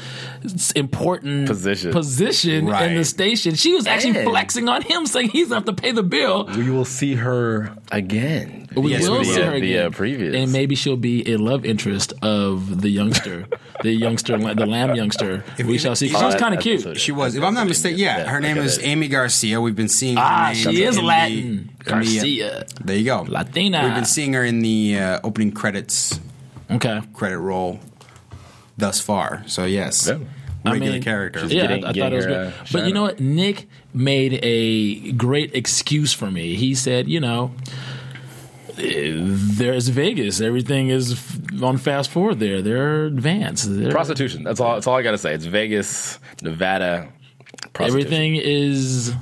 s- important
Position.
position in the
Right.
station? She was actually
And-
flexing on him, saying he's gonna have to pay the bill.
We will see her again.
We
Yes,
will
we
see
did.
her
The,
again.
uh, previous.
and maybe she'll be a love interest of the youngster, the youngster, the lamb youngster. we shall see. 'Cause She was kind of cute.
She was, if I'm not mistaken, yeah. Her name is Amy Garcia. We've been seeing. Her
Ah,
name
she is
in the-
Latin.
in the-
Garcia.
there you go,
Latina.
We've been seeing her in the uh, opening credits
Okay.
credit roll thus far. So yes, regular character. (laughs)
Yeah,
getting-
I, I thought
getting
it was
her,
good.
uh,
but you
shine
know what? Nick made a great excuse for me. He said, you know, eh, there's Vegas. Everything is f- on fast forward there. They're advanced. They're-
prostitution. That's all. That's all I gotta say. It's Vegas, Nevada. Prostitution.
everything is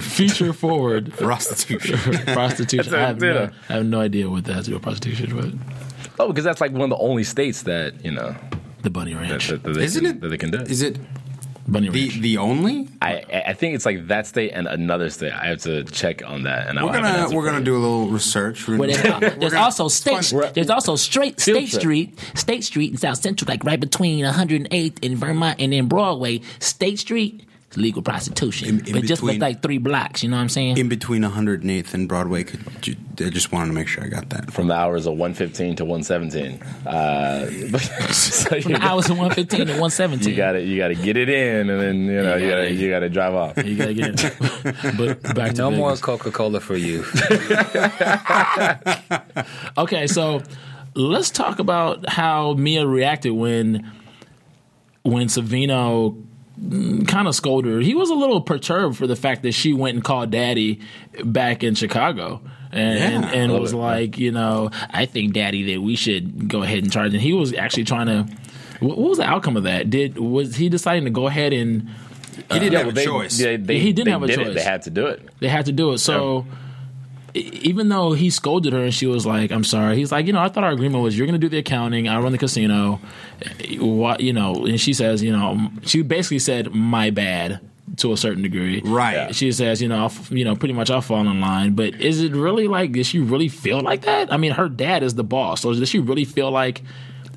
future forward.
Prostitution.
prostitution.
That's a
I have, no,
dinner.
I have no idea what that has to do with prostitution, but
Oh, because that's like one of the only states that you know
the Bunny
that,
Ranch.
that, that they
Isn't
can,
it?
that they can do.
Is it
Bunny
the
Ranch.
the only?
I I think it's like that state and another state. I have to check on that. And
We're
I'll have an
gonna
answer
we're
for
gonna
you.
do a little research. We're
Well,
gonna-
there's,
we're
uh, there's
gonna-
also
Fun-
State. There's also Straight State Street, State Street in South Central, like right between 108th and Vermont, and then Broadway. State Street, is legal prostitution,
In- in
but just
between-
with like three blocks. You know what I'm saying?
in between 108th and Broadway. Could you, I just wanted to make sure I got that.
from the hours of 115 to 117. Uh, (laughs) so you,
From the
got-
hours of 115 to 117.
you gotta you gotta get it in, and then you know you
gotta-
gotta you gotta drive
(laughs)
off.
you gotta get it. but back to
No
Vegas.
more Coca Cola for you.
Okay, so let's talk about how Mia reacted when when Savino kind of scolded her. He was a little perturbed for the fact that she went and called Daddy back in Chicago. And, and,
Yeah.
and was like, you know, I think, Daddy, that we should go ahead and charge. And he was actually trying to. What what was the outcome of that? Did was he deciding to go ahead and uh,
He didn't have
Well,
a
they-
choice.
They, they-
He didn't
they
have a
did
choice.
It. They had to do it.
they had to do it? So e- even though he scolded her and she was like, "I'm sorry," he's like, "You know, I thought our agreement was you're going to do the accounting, I run the casino." What you know? And she says, "You know," she basically said, "My bad." To a certain degree,
Right. Yeah.
She says, "You know, I'll, f- you know, pretty much I'll fall in line." But is it really like? Does she really feel like that? I mean, her dad is the boss, so does she really feel like?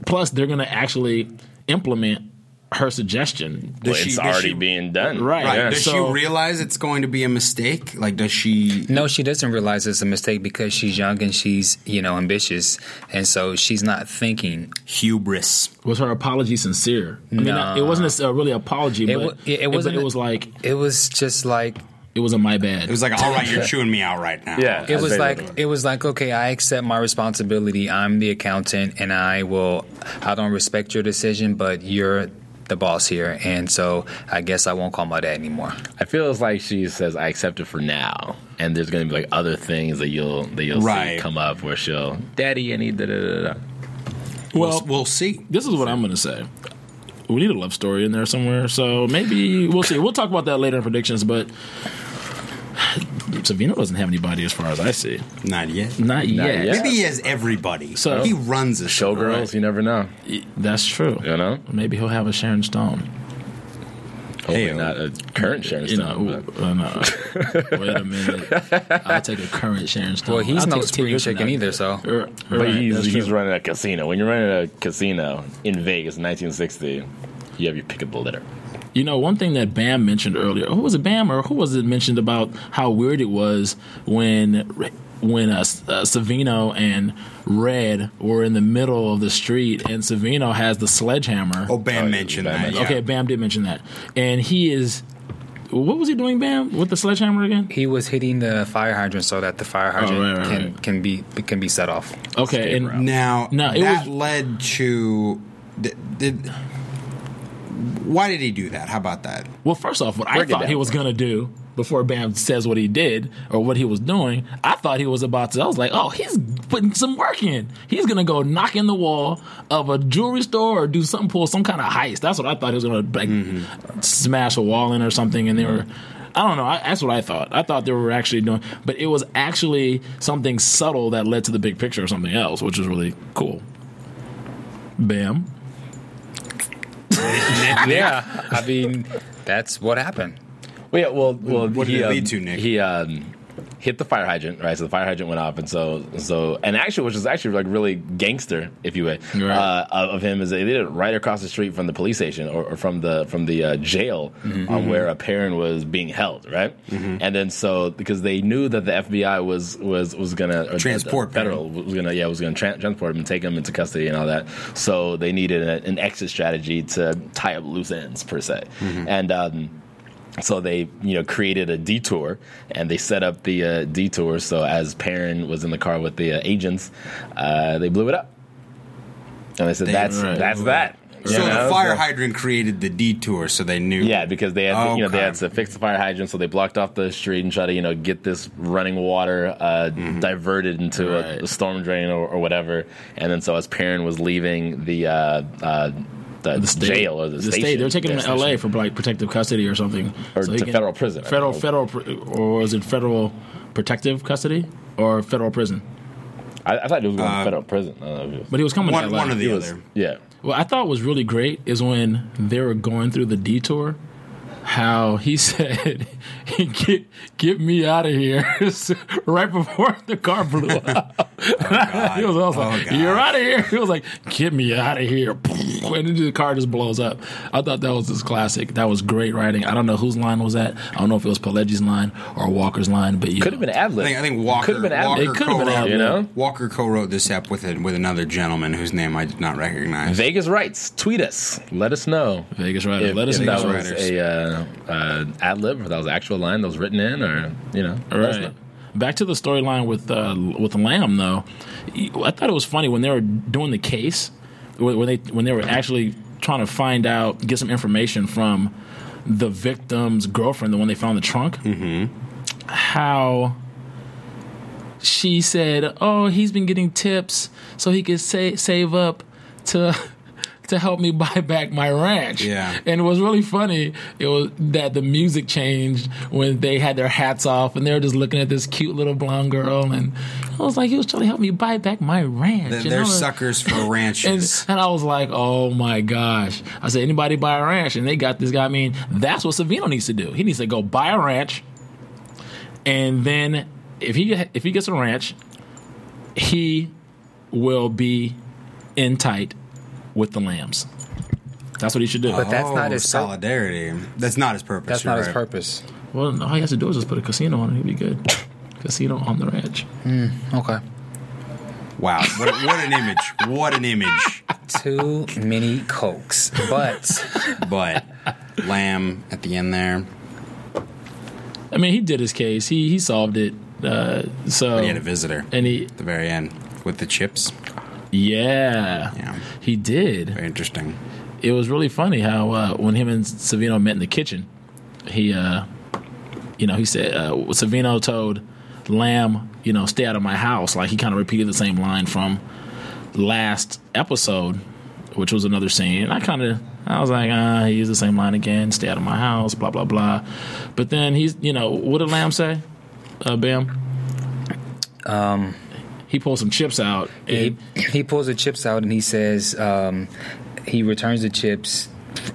Plus, they're gonna actually implement her suggestion.
Well,
Does she-
it's
does
already
she-
being done.
Right.
Right.
Yeah.
Does
so-
she realize it's going to be a mistake? Like, does she?
(laughs) No, she doesn't realize it's a mistake because she's young and she's, you know, ambitious. And so she's not thinking.
Hubris.
Was her apology sincere? I mean,
Nah.
it wasn't a, really apology,
It,
but
wa- it, it wasn't.
But it was like
It was just like.
it was a my bad.
It was like, all right, you're chewing me out right now.
Yeah.
It was
That's
like
basically-
it was like okay, I accept my responsibility. I'm the accountant, and I will. I don't respect your decision, but you're the boss here, and so I guess I won't call my dad anymore.
I feel it's like she says, "I accept it for now," and there's gonna be like other things that you'll that you'll
Right.
see come up where she'll, "Daddy, I need da da da da." da."
Well, we'll, see.
This is what I'm going to say. We need a love story in there somewhere, so maybe we'll see. We'll talk about that later in predictions, but Savino doesn't have anybody as far as I see.
Not yet.
Not, yet.
yet.
Maybe he has everybody.
So-
So he runs a show.
Showgirls, you never know.
That's true.
You know,
Maybe he'll have a Sharon Stone.
hopefully
Hey, oh.
not a current Sharon
You know,
Stone. but-
ooh, uh, no. wait a minute. I'll take a current Sharon Stone.
Well, he's
I'll
no
take 10
spring
years from
chicken
now.
either, so.
Er,
But
right,
he's,
that's
he's
true.
running a casino. When you're running a casino in Vegas in 1960, you have your pick of the litter.
You know, one thing that Bam mentioned earlier. Who was it, Bam, or who was it mentioned about how weird it was when when uh, S- uh, Savino and Red were in the middle of the street, and Savino has the sledgehammer.
Oh, Bam mentioned that. yeah.
Okay, Bam did mention that, and he is. What was he doing, Bam, with the sledgehammer again?
He was hitting the fire hydrant so that the fire hydrant
Oh, right, right,
can
right.
can be can be set off.
Okay, and
Now,
No, it was-
that led to. Did, did, why did he do that? How about that?
Well, first off, what I
Break it
thought
down.
he was gonna do before Bam says what he did or what he was doing, I thought he was about to. I was like, oh, he's putting some work in. He's gonna go knock in the wall of a jewelry store or do something, pull some kind of heist. That's what I thought he was gonna like smash a wall in or something. And they were, I don't know. I, that's what I thought. I thought they were actually doing, but it was actually something subtle that led to the big picture or something else, which is really cool. Bam.
yeah, I mean that's what happened.
Well, yeah, well, well
What did
he,
it
um,
lead to, Nick?
He um, hit the fire hydrant, right? So the fire hydrant went off, and so so and actually, which is actually like really gangster, if you would,
Right.
uh, of of him is they did it right across the street from the police station or, or from the from the uh, jail
Mm-hmm.
uh, where a parent was being held, right? And then so because they knew that the FBI was was was gonna or
Transport
the federal was gonna yeah was gonna tran transport him and take him into custody and all that, so they needed a, an exit strategy to tie up loose ends per se,
Mm-hmm.
and. Um, so they you know created a detour and they set up the uh, detour so as Perrin was in the car with the uh, agents uh, they blew it up and they said that's
Right.
that's that
So
You know,
the fire hydrant created the detour, so they knew.
yeah, because they had to, you know they
Okay.
had to fix the fire hydrant, so they blocked off the street and try to you know get this running water uh,
Mm-hmm.
diverted into a, a storm drain or, or whatever. And then so as Perrin was leaving the uh, uh, the,
the state,
jail or the,
the
station,
state. They're taking him
yeah,
to L.A.
station.
for like protective custody or something,
Or
he
to
can-
federal prison, I
Federal,
think.
federal, pr- or is it federal protective custody or federal prison?
I, I thought he was going to federal prison. I don't know if it was-
Uh, But he was coming
One,
to L.A.
one or the
it was-
other.
yeah.
What I thought was really great is when they were going through the detour, how he (laughs) said, "Get get me out of here!" (laughs) right before the car blew up. (laughs) he was, I was like,
Oh, (laughs) God.
"You're out of here!" (laughs) He was like, "Get me out of here!" (laughs) And then the car just blows up. I thought that was just classic. That was great writing. I don't know whose line was that. I don't know if it was Pelegi's line or Walker's line, but you
Could have been ad
I
lib.
think, I think Walker.
Could have been ad
Walker
lib.
It could've been
co-wrote-
ad-lib.
You know?
Walker co-wrote this app with it with another gentleman whose name I did not recognize.
Vegas rights. Tweet us. Let us know.
Vegas writer. Let us
if
know.
that was
Writers.
a uh, uh, ad lib or that was actual line that was written in, or you know.
All
let us
right.
know.
Back to the storyline with uh, with Lamb though, I thought it was funny when they were doing the case, when when they when they were actually trying to find out, get some information from the victim's girlfriend, the one they found in the trunk. Mm-hmm. How she said, "Oh, he's been getting tips so he could sa- save up to." (laughs) To help me buy back my ranch,
Yeah.
and it was really funny. It was that the music changed when they had their hats off and they were just looking at this cute little blonde girl, and I was like, he was trying to help me buy back my ranch.
They're,
and I
they're
was-
(laughs)
suckers for ranches.
and, and I was like, oh my gosh. I said, anybody buy a ranch? And they got this guy. I mean, that's what Savino needs to do. He needs to go buy a ranch. And then if he if he gets a ranch, he will be in tight with the lambs. That's what he should do.
But that's not his pur-
Oh, solidarity. That's not his purpose.
That's
you're
not his
right.
purpose.
well, all he has to do is just put a casino on it. He'd be
(laughs)
good. casino on the ranch.
Okay.
Wow, what, what an image! What an image!
Too many cokes, but
But lamb at the end there.
I mean, he did his case. He he solved it. Uh, so
He had a visitor at
and he
the very end with the chips.
yeah,
Yeah.
he did.
Very interesting.
It was really funny how uh, when him and Savino met in the kitchen, he uh, you know he said uh, Savino told Lamb you know stay out of my house. Like he kind of repeated the same line from last episode, which was another scene. And I kind of I was like, ah, he used the same line again. Stay out of my house. Blah blah blah. But then he's you know what did Lamb say? Uh, Bam. Um. He pulled some chips out.
he,
And,
he pulls the chips out and he says um, he returns the chips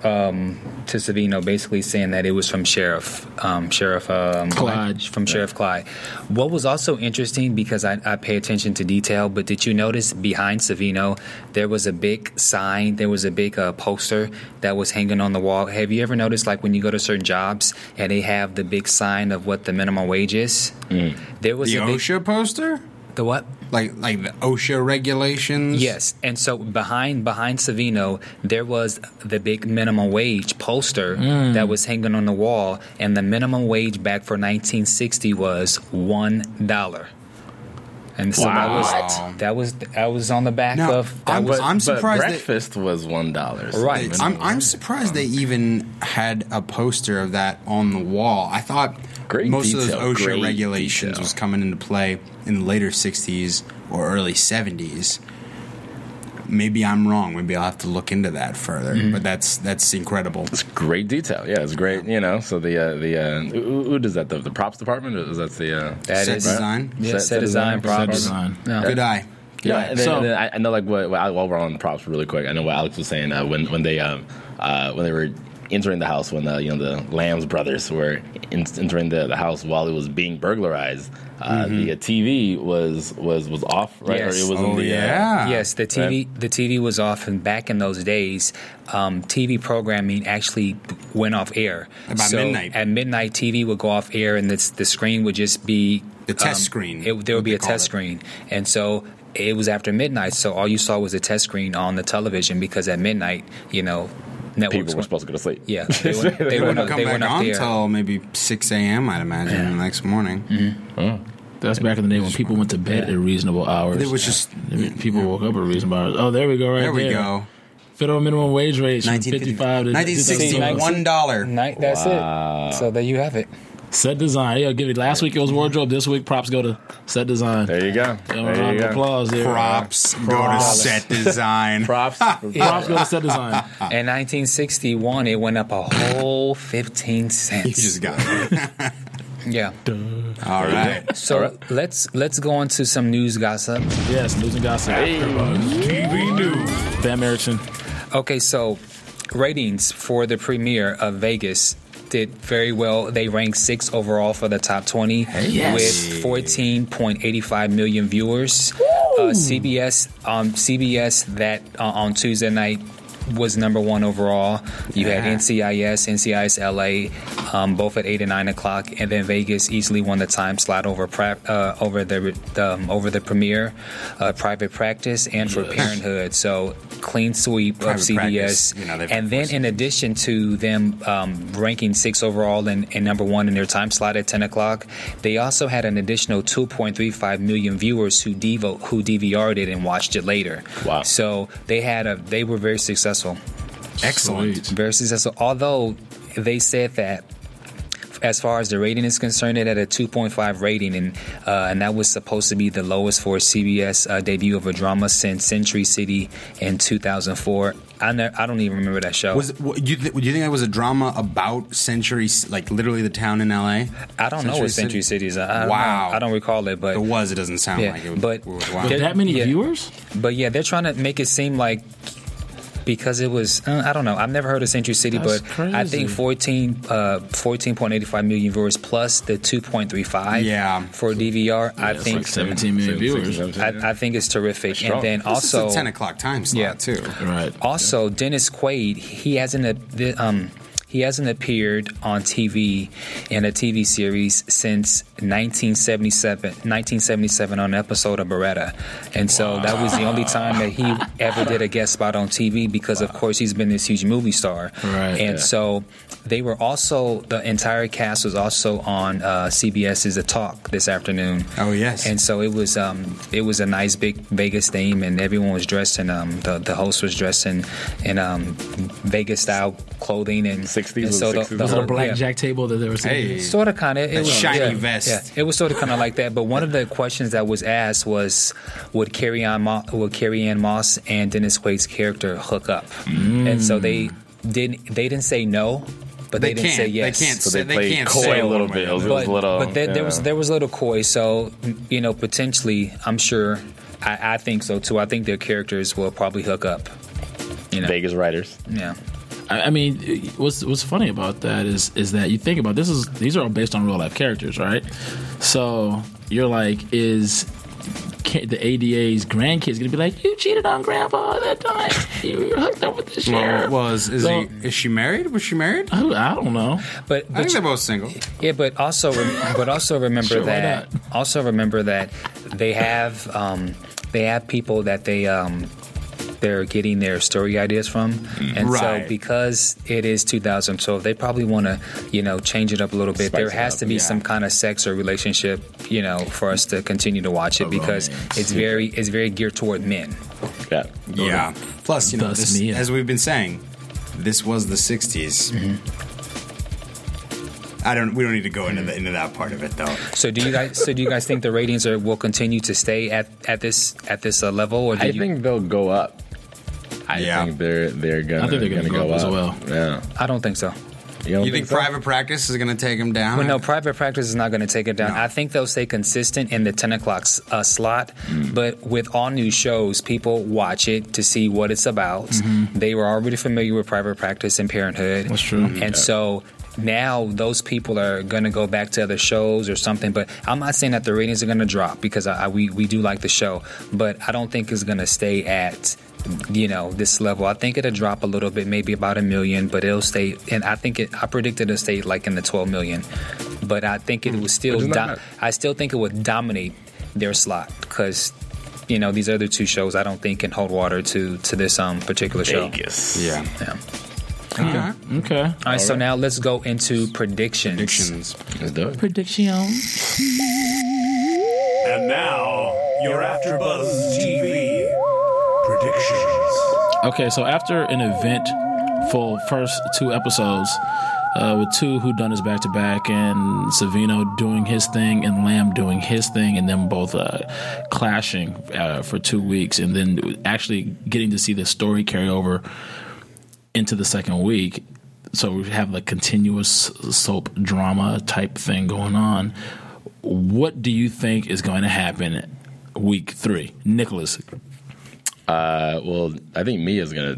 um, to Savino, basically saying that it was from Sheriff um, Sheriff um,
Clyde.
from Sheriff Clyde. What was also interesting because I, I pay attention to detail, but did you notice behind Savino there was a big sign, there was a big uh, poster that was hanging on the wall. Have you ever noticed like when you go to certain jobs and they have the big sign of what the minimum wage is? There was
The
a big,
OSHA poster,
the what?
like like the OSHA regulations.
Yes, and so behind behind Savino, there was the big minimum wage poster
Mm.
that was hanging on the wall, and the minimum wage back for 1960 was one dollar. And so
Wow.
that was that was I was on the back
Now,
of. That
I'm,
was,
I'm
But
surprised that
breakfast was one dollar.
Right.
I'm, I'm surprised they even had a poster of that on the wall. I thought
Great
most of
detail,
those OSHA
great
regulations
detail.
was coming into play in the later 60s or early 70s. Maybe I'm wrong. Maybe I'll have to look into that further.
Mm-hmm.
But that's that's incredible.
It's great detail. Yeah, it's great. You know, so the uh, the uh, who, who- who does that? The, the props department? Or is that the uh,
That
Set
is-
design.
yeah,
Set-
set,
set
design,
design, set
props.
design.
Yeah.
Good eye.
Yeah, and then,
So-
and then I, I know like what, what- while we're on props really quick, I know what Alex was saying uh, when when they um, uh, when they were entering the house when uh, you know the Lambs brothers were in, entering the, the house while it was being burglarized. Uh, The uh, TV was was was off, right?
Yes.
Or it was in
Oh,
the, Uh,
yeah.
Yes, the TV the TV was off, and back in those days, um, TV programming actually went off air.
About
So
midnight.
At midnight, TV would go off air, and the the screen would just be
The test screen,
um, It, there
what
would be
they
a
call
test
it.
screen, and so it was after midnight. So all you saw was a test screen on the television because at midnight, you know, networks
people were
went-
supposed to go to sleep.
Yeah, they went, they went,
They wouldn't
up-
come
they
back
went off
on
the air.
until maybe 6 a.m., I'd imagine, the next morning.
That's back in the day when people went to bed at reasonable hours.
It was just,
I mean, people woke up at reasonable hours. Oh, there we go, right
there
there.
we go.
Federal minimum wage rate from 55 to
1960,
2000.
$1.
Night, that's it. So there you have it.
Set design. Yeah, give it. Last week it was wardrobe. This week props go to set design.
There you go.
Give them a
There
round
you
of
go.
applause there.
Props go to
Props.
(laughs)
set
(laughs)
design.
Props.
Props go to set design.
Ah.
In 1961, it went up a whole 15 cents.
(laughs) You just got it. (laughs)
yeah.
All right.
So let's let's go on to some news gossip.
Yes, news and gossip. TV news. Bam Erickson.
Okay, so ratings for the premiere of Vegas did very well. They ranked sixth overall for the top 20 with 14.85 million viewers. Uh, CBS, um, CBS that uh, on Tuesday night was number one overall. You
Yeah.
had NCIS, NCIS LA, um, both at eight and nine o'clock, and then Vegas easily won the time slot over prep, uh, over the um, over the premiere, uh, Private Practice, and for Parenthood. So clean sweep
Private
of CBS,
practice, you know, they've
and then in addition to them um, ranking six overall and, and number one in their time slot at 10 o'clock, they also had an additional 2.35 million viewers who devo- who DVR'd it and watched it later.
Wow.
So they had a they were very successful,
Excellent.
Sweet.
very successful. Although they said that. As far as the rating is concerned, it had a 2.5 rating, and uh, and that was supposed to be the lowest for a CBS uh, debut of a drama since Century City in 2004. I ne- I don't even remember that show.
Was w- do you, th- do you think that was a drama about Century, C- like literally the town in L.A.?
I don't know what Century City is. I, I wow,
Wow.
don't know. I don't recall it, but
It was. It doesn't sound
Yeah,
like it.
but-
was
There-
That many
yeah.
viewers?
but yeah, they're trying to make it seem like because it was uh, I don't know. I've never heard of Century City,
That's
but I
crazy.
think 14 uh, 14.85 million viewers plus the 2.35
Yeah.
for DVR. I
That's
think
like 17 million viewers.
I, I think it's terrific.
strong.
And then
This
also
is a ten o'clock time slot
Yeah.
too.
right.
Also, Dennis Quaid, he hasn't ap- the- um, he hasn't appeared on TV in a TV series since 1977, 1977 on an episode of Beretta. And so that was the only time that he ever did a guest spot on TV because, of course, he's been this huge movie star.
Right, yeah.
And so they were also, the entire cast was also on uh, CBS's The Talk this afternoon.
Oh, yes.
And so it was um, it was a nice big Vegas theme, and everyone was dressed in um, the the host was dressed in in um, Vegas style clothing and
60s
And
was
so the,
60s. Was
the
it
The
a
whole
blackjack table that they were
Hey.
saying.
Sort of, kind of. It was
shiny
yeah,
vest.
Yeah, it was sort of kind of like that. But one of the questions that was asked was, would Carrie Ann Mo- would Carrie Ann Moss and Dennis Quaid's character hook up? And so they didn't. They didn't say no, but they,
Mm. They
didn't
can't.
say
They
yes.
can't
So they,
So they
played
can't say
coy a little
one
bit. It
way or
was, it
but,
was a little.
but there, there was
yeah.
there was a little coy. So you know, potentially, I'm sure. I, I think so too. I think their characters will probably hook up. You know,
Vegas writers.
yeah.
I, I mean, what's what's funny about that is is that you think about this is these are all based on real life characters, right? So you're like, is ca- the ADA's grandkids gonna be like, you cheated on grandpa all that time, you were hooked up with the sheriff?
Well, is, is,
So-
he, is she married? Was she married?
I don't- I don't know.
But,
I
but
think they're both single.
Yeah, but also, rem- but also remember
Sure, why
that. Also remember that they have um, they have people that they um, they're getting their story ideas from, and
Right.
so because it is 2012, they probably want to you know change it up a little bit. there
Spice it
has
up,
to be
yeah.
some kind of sex or relationship, you know, for us to continue to watch it because
romance.
it's very it's very geared toward men.
Yeah.
Yeah. Plus, you know,
Thus
this,
me.
as we've been saying, this was the '60s. I don't. We don't need to go into the, into that part of it, though.
So do you guys? so do you guys think the ratings are will continue to stay at at this at this uh, level, or do
I
you?
think they'll go up. I
Yeah.
think they're they're gonna.
I think they're gonna go up as well.
Yeah.
I don't think so.
don't
You think
so?
private practice is going to take him down?
Well, no, private practice is not going to take it down. I think they'll stay consistent in the 10 o'clock s- uh, slot,
Mm.
but with all new shows, people watch it to see what it's about. They were already familiar with private practice and parenthood.
Mm-hmm. That's true.
And so now those people are going to go back to other shows or something, but I'm not saying that the ratings are going to drop because I, I, we, we do like the show, but I don't think it's going to stay at. You know this level. I think it'll drop a little bit, maybe about a million, but it'll stay. And I think it. I predict it'll stay like in the twelve million, but I think it will still.
Mm-hmm. not
Dom-
bad.
I still think it would dominate their slot because you know these other two shows I don't think can hold water to to this um particular show.
Vegas.
Yeah.
Yeah.
Okay.
Okay.
All right, so now let's go into predictions.
Predictions.
Let's do it.
Prediction.
And now, your AfterBuzz TV predictions.
Okay, so after an event for first two episodes, uh, with two who done is back to back, and Savino doing his thing, and Lamb doing his thing, and them both uh, clashing uh, for two weeks, and then actually getting to see the story carry over into the second week. So we have a continuous soap drama type thing going on. What do you think is going to happen week three, Nicholas?
Uh, well, I think Mia's gonna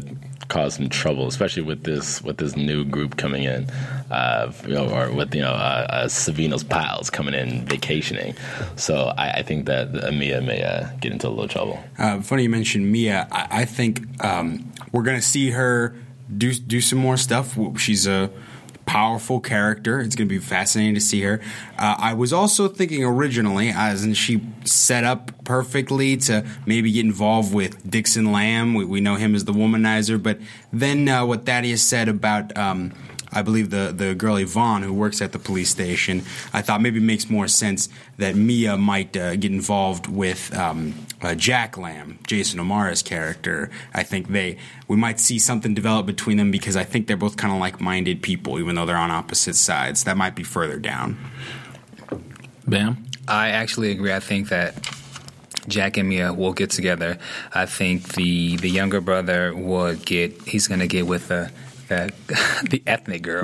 cause some trouble, especially with this with this new group coming in, uh, you know, or with you know uh, uh, Savino's pals coming in vacationing. So I, I think that uh, Mia may uh, get into a little trouble.
Uh, funny you mentioned Mia. I, I think um, we're going to see her do do some more stuff. She's a powerful character. It's going to be fascinating to see her. Uh, I was also thinking originally, as in she set up perfectly to maybe get involved with Dixon Lamb. We, we know him as the womanizer, but then uh, what Thaddeus said about. Um, I believe the the girl Yvonne who works at the police station. I thought maybe it makes more sense that Mia might uh, get involved with um, uh, Jack Lamb, Jason O'Mara's character. I think they we might see something develop between them because I think they're both kind of like minded people, even though they're on opposite sides. That might be further down.
Bam.
I actually agree. I think that Jack and Mia will get together. I think the the younger (laughs) brother will get. He's gonna get with the the, the ethnic girl.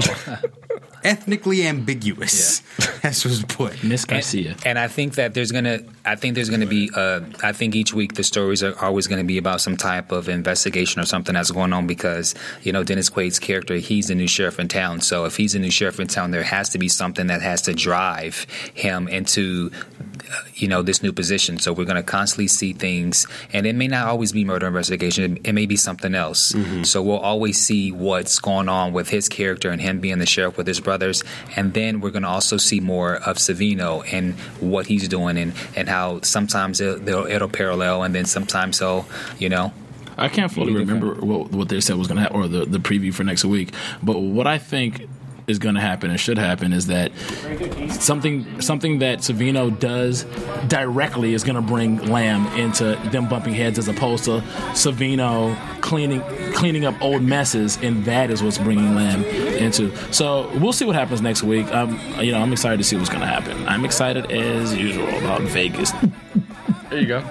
ethnically ambiguous. (laughs) As was put.
Miss Garcia.
And I think that there's gonna, I think there's gonna be, uh, I think each week the stories are always gonna be about some type of investigation or something that's going on because you know Dennis Quaid's character, he's the new sheriff in town. So if he's the new sheriff in town, there has to be something that has to drive him into, uh, you know, this new position. So we're gonna constantly see things, and it may not always be murder investigation. It, it may be something else. So we'll always see what's going on with his character and him being the sheriff with his brothers, and then we're gonna also see more of Savino and what he's doing and, and how sometimes it'll, they'll- it'll parallel and then sometimes he'll, you know.
I can't fully remember what what they said was going to happen or the, the preview for next week. But what I think is going to happen and should happen is that something something that Savino does directly is going to bring Lamb into them bumping heads as opposed to Savino cleaning cleaning up old messes and that is what's bringing Lamb into. So we'll see what happens next week. Um, you know, I'm excited to see what's going to happen. I'm excited as usual about Vegas.
There you go.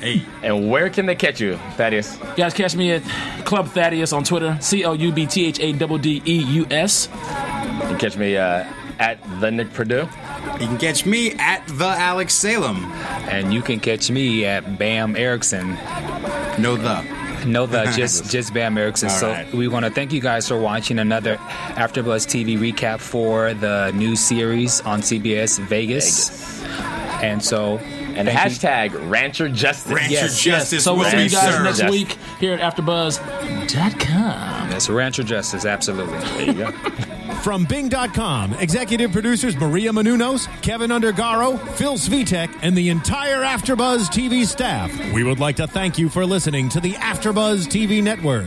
Hey.
And where can they catch you, Thaddeus?
Guys, catch me at Club Thaddeus on Twitter. C O U B T H A D D E U S.
You can catch me uh, at the Nick Purdue.
You can catch me at the Alex Salem.
And you can catch me at Bam Erickson.
No the.
No,
(laughs)
the just just Bam Erickson.
All
so
right.
we want to thank you guys for watching another AfterBuzz TV recap for the new series on CBS Vegas. And so,
And
thank you-
hashtag Rancher Justice.
Rancher
Yes,
Justice
So we'll
will
see
be
you guys
served.
next
Yes.
week here at AfterBuzz.com.
That's Rancher Justice, absolutely.
From Bing.com, executive producers Maria Manunos, Kevin Undergaro, Phil Svitek, and the entire Afterbuzz TV staff. We would like to thank you for listening to the Afterbuzz TV network.